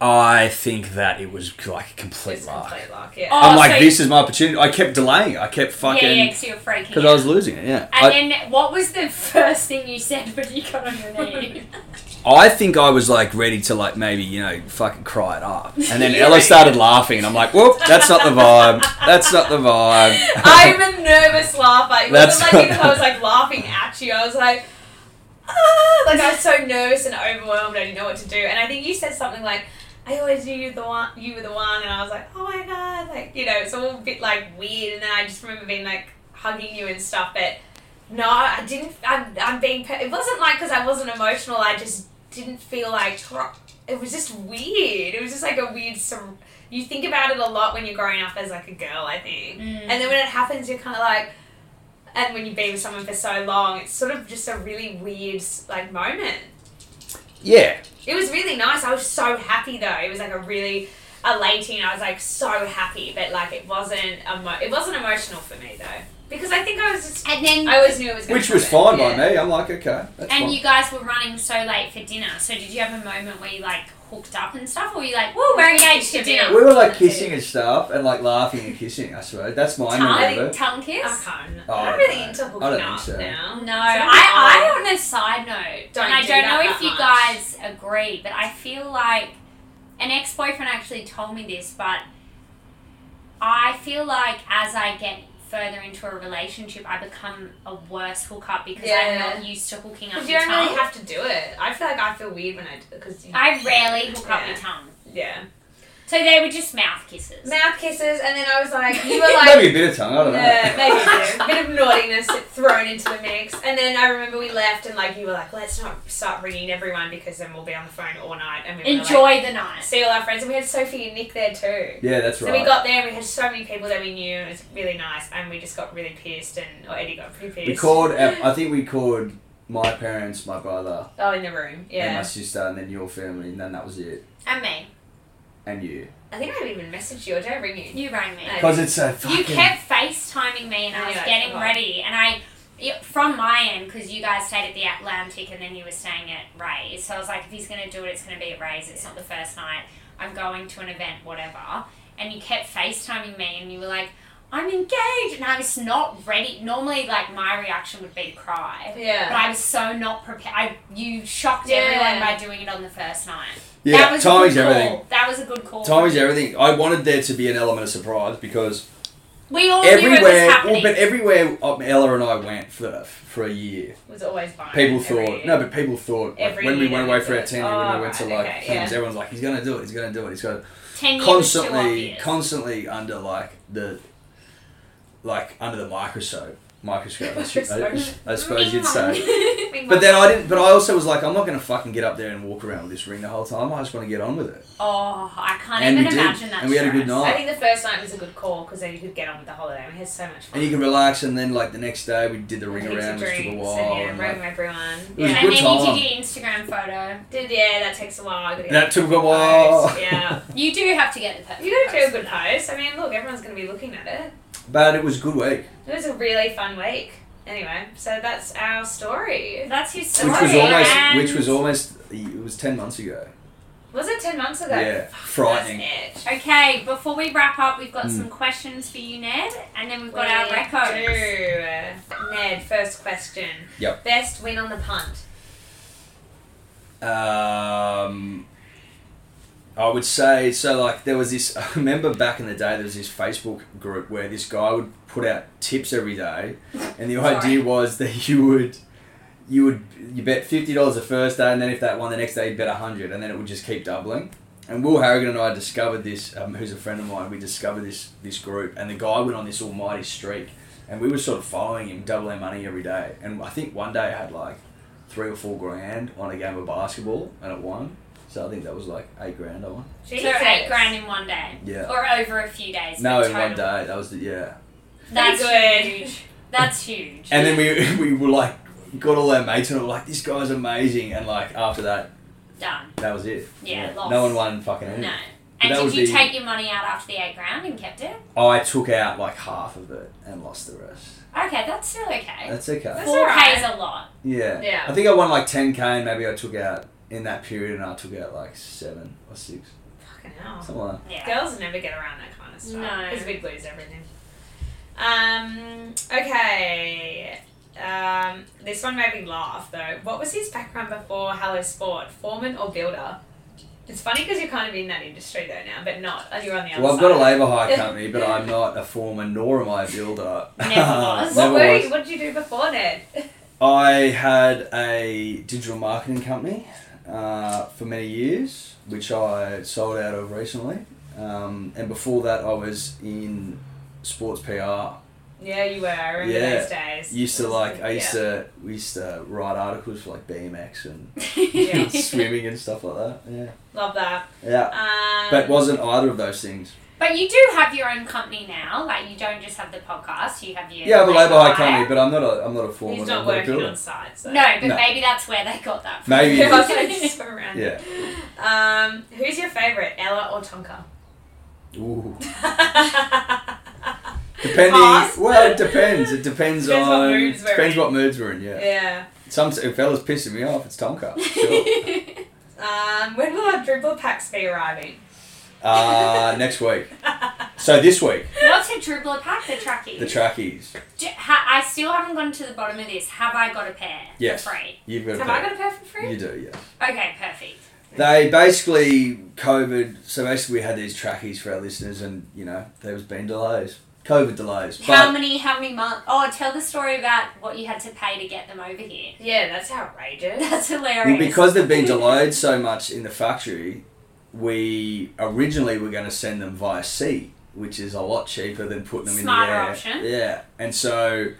I think that it was like a It complete was lark. complete luck. Yeah. Oh, I'm like, so- this is my opportunity. I kept delaying. it. I kept yeah, yeah, fucking 'cause you were freaking. because I out. was losing it. Yeah, And I, then what was the first thing you said when you got on your knee? I think I was like ready to like maybe you know fucking cry it up, and then Yeah. Ella started laughing, and I'm like, whoop, that's not the vibe. That's not the vibe. I'm a nervous laugher. It That's- wasn't like because I was like laughing at you. I was like, ah, like I was so nervous and overwhelmed. I didn't know what to do. And I think you said something like, "I always knew you the one. You were the one." And I was like, "Oh my god!" Like you know, it's all a bit like weird. And then I just remember being like hugging you and stuff. But no, I didn't. I'm, I'm being. Per- it wasn't like because I wasn't emotional. I just didn't feel like. It was just weird. It was just like a weird. Sur- you think about it a lot when you're growing up as like a girl. I think. Mm. And then when it happens, you're kind of like, and when you've been with someone for so long, it's sort of just a really weird like moment. Yeah, It was really nice. I was so happy though. It was like a really elating. I was like so happy, but like it wasn't emo- it wasn't emotional for me though because I think I was just and then I always knew it was. Gonna which was happen. fine by Yeah. me. I'm like, okay, that's and fine. you guys were running so late for dinner. So did you have a moment where you like hooked up and stuff, or were you like, "Woo, we're engaged to dinner"? we were like kissing and stuff, and like laughing and kissing. I swear, that's mine. Tongue, remember? tongue I kiss. can't. Oh, I'm really no. into I hooking don't think up so. now. No, So I, I on a side note, Don't and I do don't that know that if you much. guys agree, but I feel like an ex boyfriend actually told me this, but I feel like as I get further into a relationship, I become a worse hookup because I'm Yeah. not used to hooking up. Because with you don't tongue. really have to do it. I feel like I feel weird when I do because you. I rarely hook up Yeah. with tongue, yeah. so they were just mouth kisses. Mouth kisses, and then I was like, you were like. maybe a bit of tongue. I don't Yeah, know. maybe a bit. a bit of naughtiness thrown into the mix. And then I remember we left, and like you were like, let's not start ringing everyone because then we'll be on the phone all night, and we were Enjoy like, the night. see all our friends. And we had Sophie and Nick there too. Yeah, that's So right. we got there, and we had so many people that we knew, and it was really nice. And we just got really pissed, and or Eddie got pretty pissed. We called. our- I think we called my parents, my brother, Oh, in the room, and my yeah. sister, and then your family, and then that was it. And me, And you, I think I even messaged you. or Did I ring you? you rang me. No. because it's so fucking. You kept FaceTiming me and I was Yeah, getting right. ready and I, it- from my end, because you guys stayed at the Atlantic and then you were staying at Ray's. So I was like, if he's going to do it, it's going to be at Ray's. It's not the first night. I'm going to an event, whatever. and you kept FaceTiming me and you were like, I'm engaged and I was not ready. Normally, like, my reaction would be to cry. But Yeah. I was so not prepared. I, you shocked Yeah. everyone by doing it on the first night. that Yeah, was a timing's good everything. Call. That was a good call. Timing's everything. I wanted there to be an element of surprise because we all knew it was everywhere, happening. well, but everywhere um, Ella and I went for for a year, was always fine. people every thought year. no, but people thought like, Every when we year went they away do for our it. team, Oh, when we went to right, like okay, things, yeah. everyone's like, he's gonna do it, he's gonna do it, he's gonna Ten years was too constantly, obvious. constantly under like the like under the microscope, microscope. I, should- I, I suppose you'd say. But then I didn't. But I also was like, I'm not gonna fucking get up there and walk around with this ring the whole time. I just want to get on with it. oh, I can't And even we did. imagine that. And we had a good stress. night. I think the first night was a good call because then you could get on with the holiday. We had so much fun. And you can relax, and then like the next day we did the ring Heaps of around, which took a drinks while. And, yeah, and, like, room everyone. It was And good then you time. did your Instagram photo. Did yeah, that takes a while. I gotta get That a took good a while. post, Yeah, You do have to get the perfect. you gotta do a photo. good post. I mean, look, everyone's gonna be looking at it. But it was a good week, It was a really fun week. Anyway, so that's our story. That's your which story. was Sorry, almost, and- which was almost, it was ten months ago. Was it ten months ago? Yeah, frightening. That's it. Okay, before we wrap up, we've got Mm. some questions for you, Ned, and then we've got Got our records. uh, Ned, first question. Yep. Best win on the punt. Um, I would say so. Like there was this. I remember back in the day, there was this Facebook group where this guy would put out tips every day, and the Sorry. idea was that you would. You would you bet fifty dollars the first day, and then if that won the next day, you bet hundred, and then it would just keep doubling. And Will Harrigan and I discovered this. Um, who's a friend of mine? We discovered this this group, and the guy went on this almighty streak, and we were sort of following him, doubling money every day. And I think one day I had like three or four grand on a game of basketball and it won. So I think that was like eight grand I won. So eight grand in one day, Yeah. or over a few days. No, but in one Oh, total. day. That was the, yeah. That's Pretty good. huge. That's huge. And then we we were like got all our mates and we were like this guy's amazing and like after that done. that was it. Yeah, lost. No one won fucking anything. No. that And did was you the- take your money out after the eight grand and kept it? I took out like half of it and lost the rest. Okay, that's still okay. That's okay. That's Four alright. K is a lot. Yeah. Yeah. I think I won like 10k and maybe I took out in that period and I took out like 7 or 6. Fucking hell. Something like that. Yeah. Girls never get around that kind of stuff. No. Because we'd lose everything. Um, okay. Um, this one made me laugh though. What was his background before Hello Sport? Foreman or builder? It's funny because you're kind of in that industry though now, but not. Like, You're on the other Well, I've side. got a labour hire company, but I'm not a former nor am I a builder. Never was. What Never were was. you? What did you do before Ned? I had a digital marketing company uh, for many years, which I sold out of recently. Um, and before that, I was in sports PR. yeah, you were. I remember Yeah. those days. Used to like, I used yeah. to, we used to write articles for like BMX and Yeah. swimming and stuff like that. Yeah, love that. yeah. Um, But wasn't either of those things. But you do have your own company now. Like you don't just have the podcast. You have your Yeah, I have a labour hire Labour company, but I'm not a, I'm not a former. he's I'm not not a working builder. on site. So. No, but No. maybe that's where they got that from. Maybe. I was like, so random. Yeah. Um, who's your favourite, Ella or Tonka? Ooh. Depending, Depending. well, it depends. It depends, Depends what on moods we're depends in. what moods we're in. Yeah. Yeah. Some if fella's pissing me off, it's Tonka. Sure. Um, when will our dribble packs be arriving? uh, next week. So this week, What's a dribbler pack? The trackies. the trackies. Do- ha- I still haven't gotten to the bottom of this. Have I got a pair? Yes. For free. You've got to Have pay. I got a pair for free? You do, yeah. Okay, perfect. They basically COVID. So basically, we had these trackies for our listeners, and you know there was been delays, COVID delays. how but many? How many months? Oh, tell the story about what you had to pay to get them over here. Yeah, that's outrageous. That's Well, hilarious. because they've been delayed so much in the factory, we originally were going to send them via sea, which is a lot cheaper than putting them Smarter in the air. option. Yeah, and so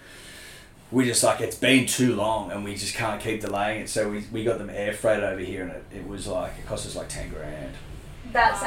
we just like it's been too long, and we just can't keep delaying it. So we, we got them air freight over here, and it, it was like it cost us like ten grand. That's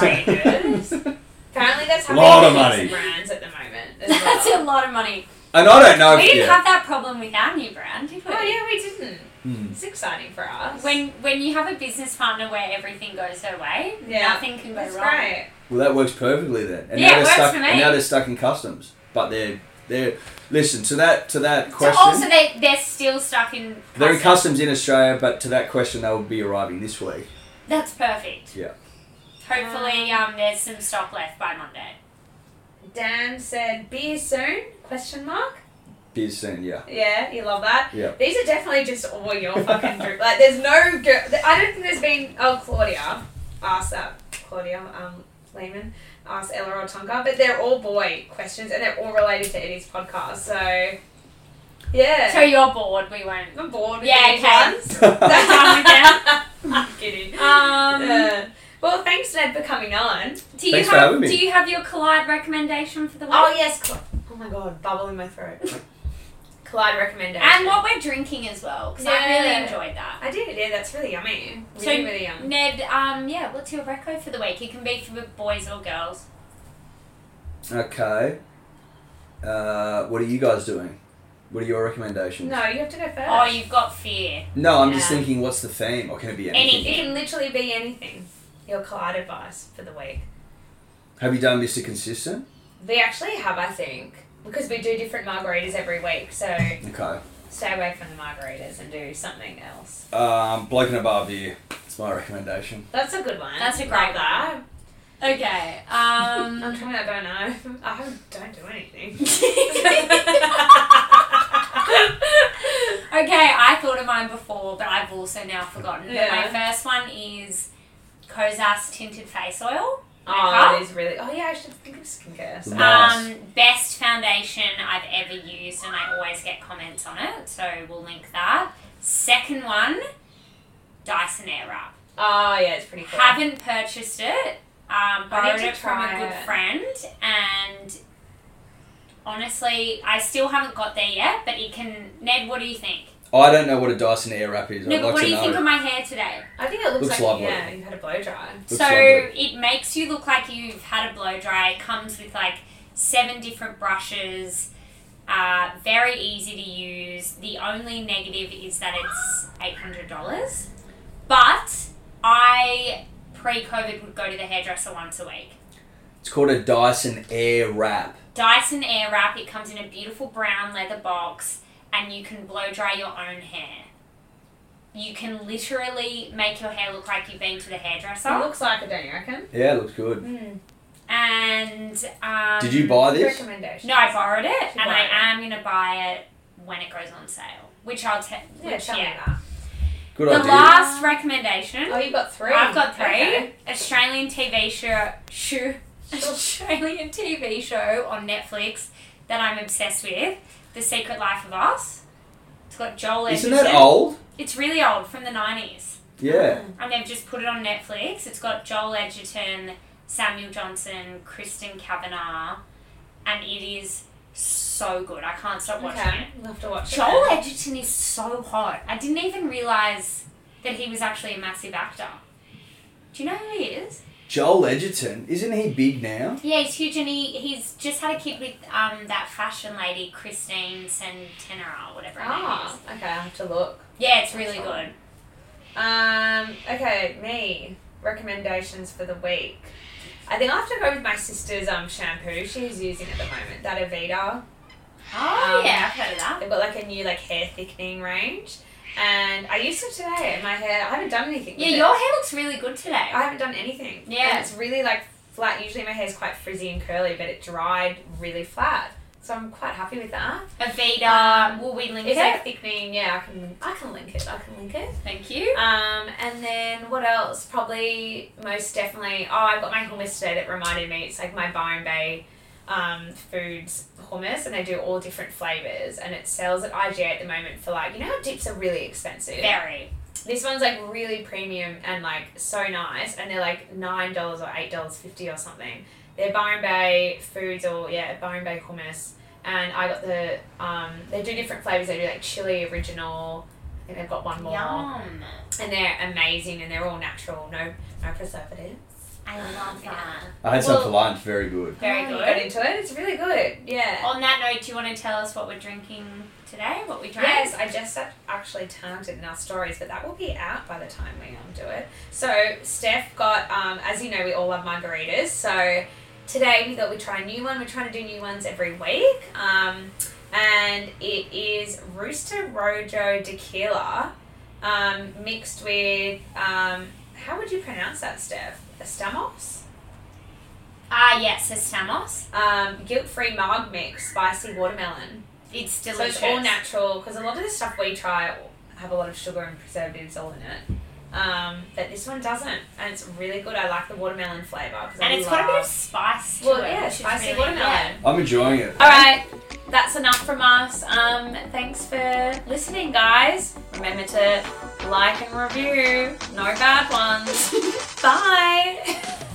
outrageous. and Um, Apparently, that's happening Lot of with money. these brands at the moment. As that's well. a lot of money. I don't know. we if, didn't yeah. have that problem with our new brand, did we? Oh yeah, we didn't. Hmm. It's exciting for us. When when you have a business partner where everything goes their way, Yeah. nothing can go that's wrong. right. Well, that works perfectly then. And Yeah, now it they're works stuck, for And me. now they're stuck in customs, but they're they're listen to that to that So question. also they they're still stuck in. They're in customs. customs in Australia, but to that question, they will be arriving this week. That's perfect. Yeah. Hopefully, um, there's some stock left by Monday. Dan said beer soon? Question mark. Beer soon, yeah. Yeah, you love that. Yeah. These are definitely just all your fucking drink. Like, there's no girl. I don't think there's been. Oh, Claudia asked that. Claudia um, Lehman asked Ella or Tonka, but they're all boy questions and they're all related to Eddie's podcast. So, yeah. So you're bored. We won't. I'm bored. With Yeah, these okay. ones. Done with them. I'm kidding. Um, Uh, well, thanks, Ned, for coming on. do you Thanks for have having me. do you have your collide recommendation for the week? Oh yes. Cl- oh my god, bubble in my throat. Collide recommendation. And what we're drinking as well, because I really Yeah. enjoyed that. I did. Yeah, that's really yummy. So- Really, really yum. Ned, um, yeah, what's your reco for the week? It can be for boys or girls. Okay. Uh, what are you guys doing? What are your recommendations? No, you have to go first. Oh, you've got fear. No, I'm just Yeah. thinking, what's the theme? Or can it be anything? Anything. It can literally be anything. Your collide advice for the week. Have you done Mr. Consistent? We actually have, I think, because we do different margaritas every week. So Okay. stay away from the margaritas and do something else. Um, Bloke in a Bar Beer. It's my recommendation. That's a good one. That's a Love great that. Okay. I'm Um, trying. I don't know. I haven't- don't do anything. Okay, I thought of mine before, but I've also now forgotten. But Yeah. my first one is Kozas Tinted Face Oil. oh, it is really. Oh yeah, I should think of skincare. Mm. So. Nice. Um, best foundation I've ever used, and I always get comments on it, so we'll link that. Second one, Dyson Airwrap. Oh yeah, it's pretty cool. Haven't purchased it, um, I need borrowed to it from a try good it. friend, and honestly, I still haven't got there yet, but it can. Ned, what do you think? I don't know what a Dyson Airwrap is. Ned, I'd like what to do you know. think of my hair today? I think it looks, Looks like lovely. yeah, you had a blow dry. Looks so lovely. it makes you look like you've had a blow dry. It comes with like seven different brushes. Uh, very easy to use. The only negative is that it's eight hundred dollars. But I pre-COVID would go to the hairdresser once a week. It's called a Dyson Airwrap. Dyson Airwrap. It comes in a beautiful brown leather box, and you can blow dry your own hair. You can literally make your hair look like you've been to the hairdresser. So it looks like it, don't you reckon? Yeah, it looks good. And um, Did you buy this? Recommendation. No, I borrowed it, Should and buy I it. am gonna buy it when it goes on sale. Which I'll take. Yeah, Which, tell yeah. me Good The idea. last recommendation. that. Oh, you got three. I've got three Okay. Australian TV show. Shoo, Sure. Australian TV show on Netflix that I'm obsessed with. The Secret Life of Us. It's got Joel. Isn't Edgerton. that old? It's really old, from the nineties Yeah. and they've just put it on Netflix. It's got Joel Edgerton, Samuel Johnson, Kristen Kavanagh, and it is so good. I can't stop watching Okay, we'll have to it. watch it. Joel Edgerton is so hot. I didn't even realize that he was actually a massive actor. Do you know who he is? Joel Edgerton. Isn't he big now? Yeah, he's huge, and he, he's just had a kid with um that fashion lady Christine Centenara, or whatever her name Ah, is. okay, I'll have to look. Yeah, it's really good. Um, okay, me. Recommendations for the week. I think I'll have to go with my sister's um shampoo she's using at the moment, that Aveda. Oh Um, yeah, I've heard of that. They've got like a new like hair thickening range. And I used it today and my hair I haven't done anything. Yeah, with it. your hair looks really good today. I haven't done anything. Yeah. And it's really like flat. Usually my hair's quite frizzy and curly, but it dried really flat. So I'm quite happy with that. Aveda, will we link It's it? like thickening, yeah, I can I can link it. I can link it. Thank you. Um and then what else? Probably most definitely oh I've got my hummus today that reminded me it's like my Bombay um foods hummus and they do all different flavours and it sells at IGA at the moment for like you know how dips are really expensive. Very. This one's like really premium and like so nice, and they're like nine dollars or eight dollars fifty or something. They're Bombay foods or yeah Bombay hummus, and I got the um they do different flavors. They do like chili original. I think they've got one more, Yum. and they're amazing, and they're all natural, no no preservatives. I love that. I had some for Well- lunch. Very good. Very Oh, you Got good. into it. It's really good. Yeah. On that note, do you want to tell us what we're drinking today? What we drank? Yes, I just ac- actually tagged it in our stories, but that will be out by the time we um, do it. So Steph got, um, as you know, we all love margaritas. So today we thought we'd try a new one. We're trying to do new ones every week. Um, and it is Rooster Rojo Tequila um, mixed with, um, how would you pronounce that, Steph? Estamos. Ah, yes, Estamos. Um, guilt-free mug mix, spicy watermelon. It's So delicious. it's all natural because a lot of the stuff we try have a lot of sugar and preservatives all in it. Um, but this one doesn't, and it's really good. I like the watermelon flavor. And it's got a bit of spice to well, it. yeah, which is spicy really- watermelon. yeah. I'm enjoying it. All right, that's enough from us. Um, thanks for listening, guys. Remember to like and review. No bad ones. Bye.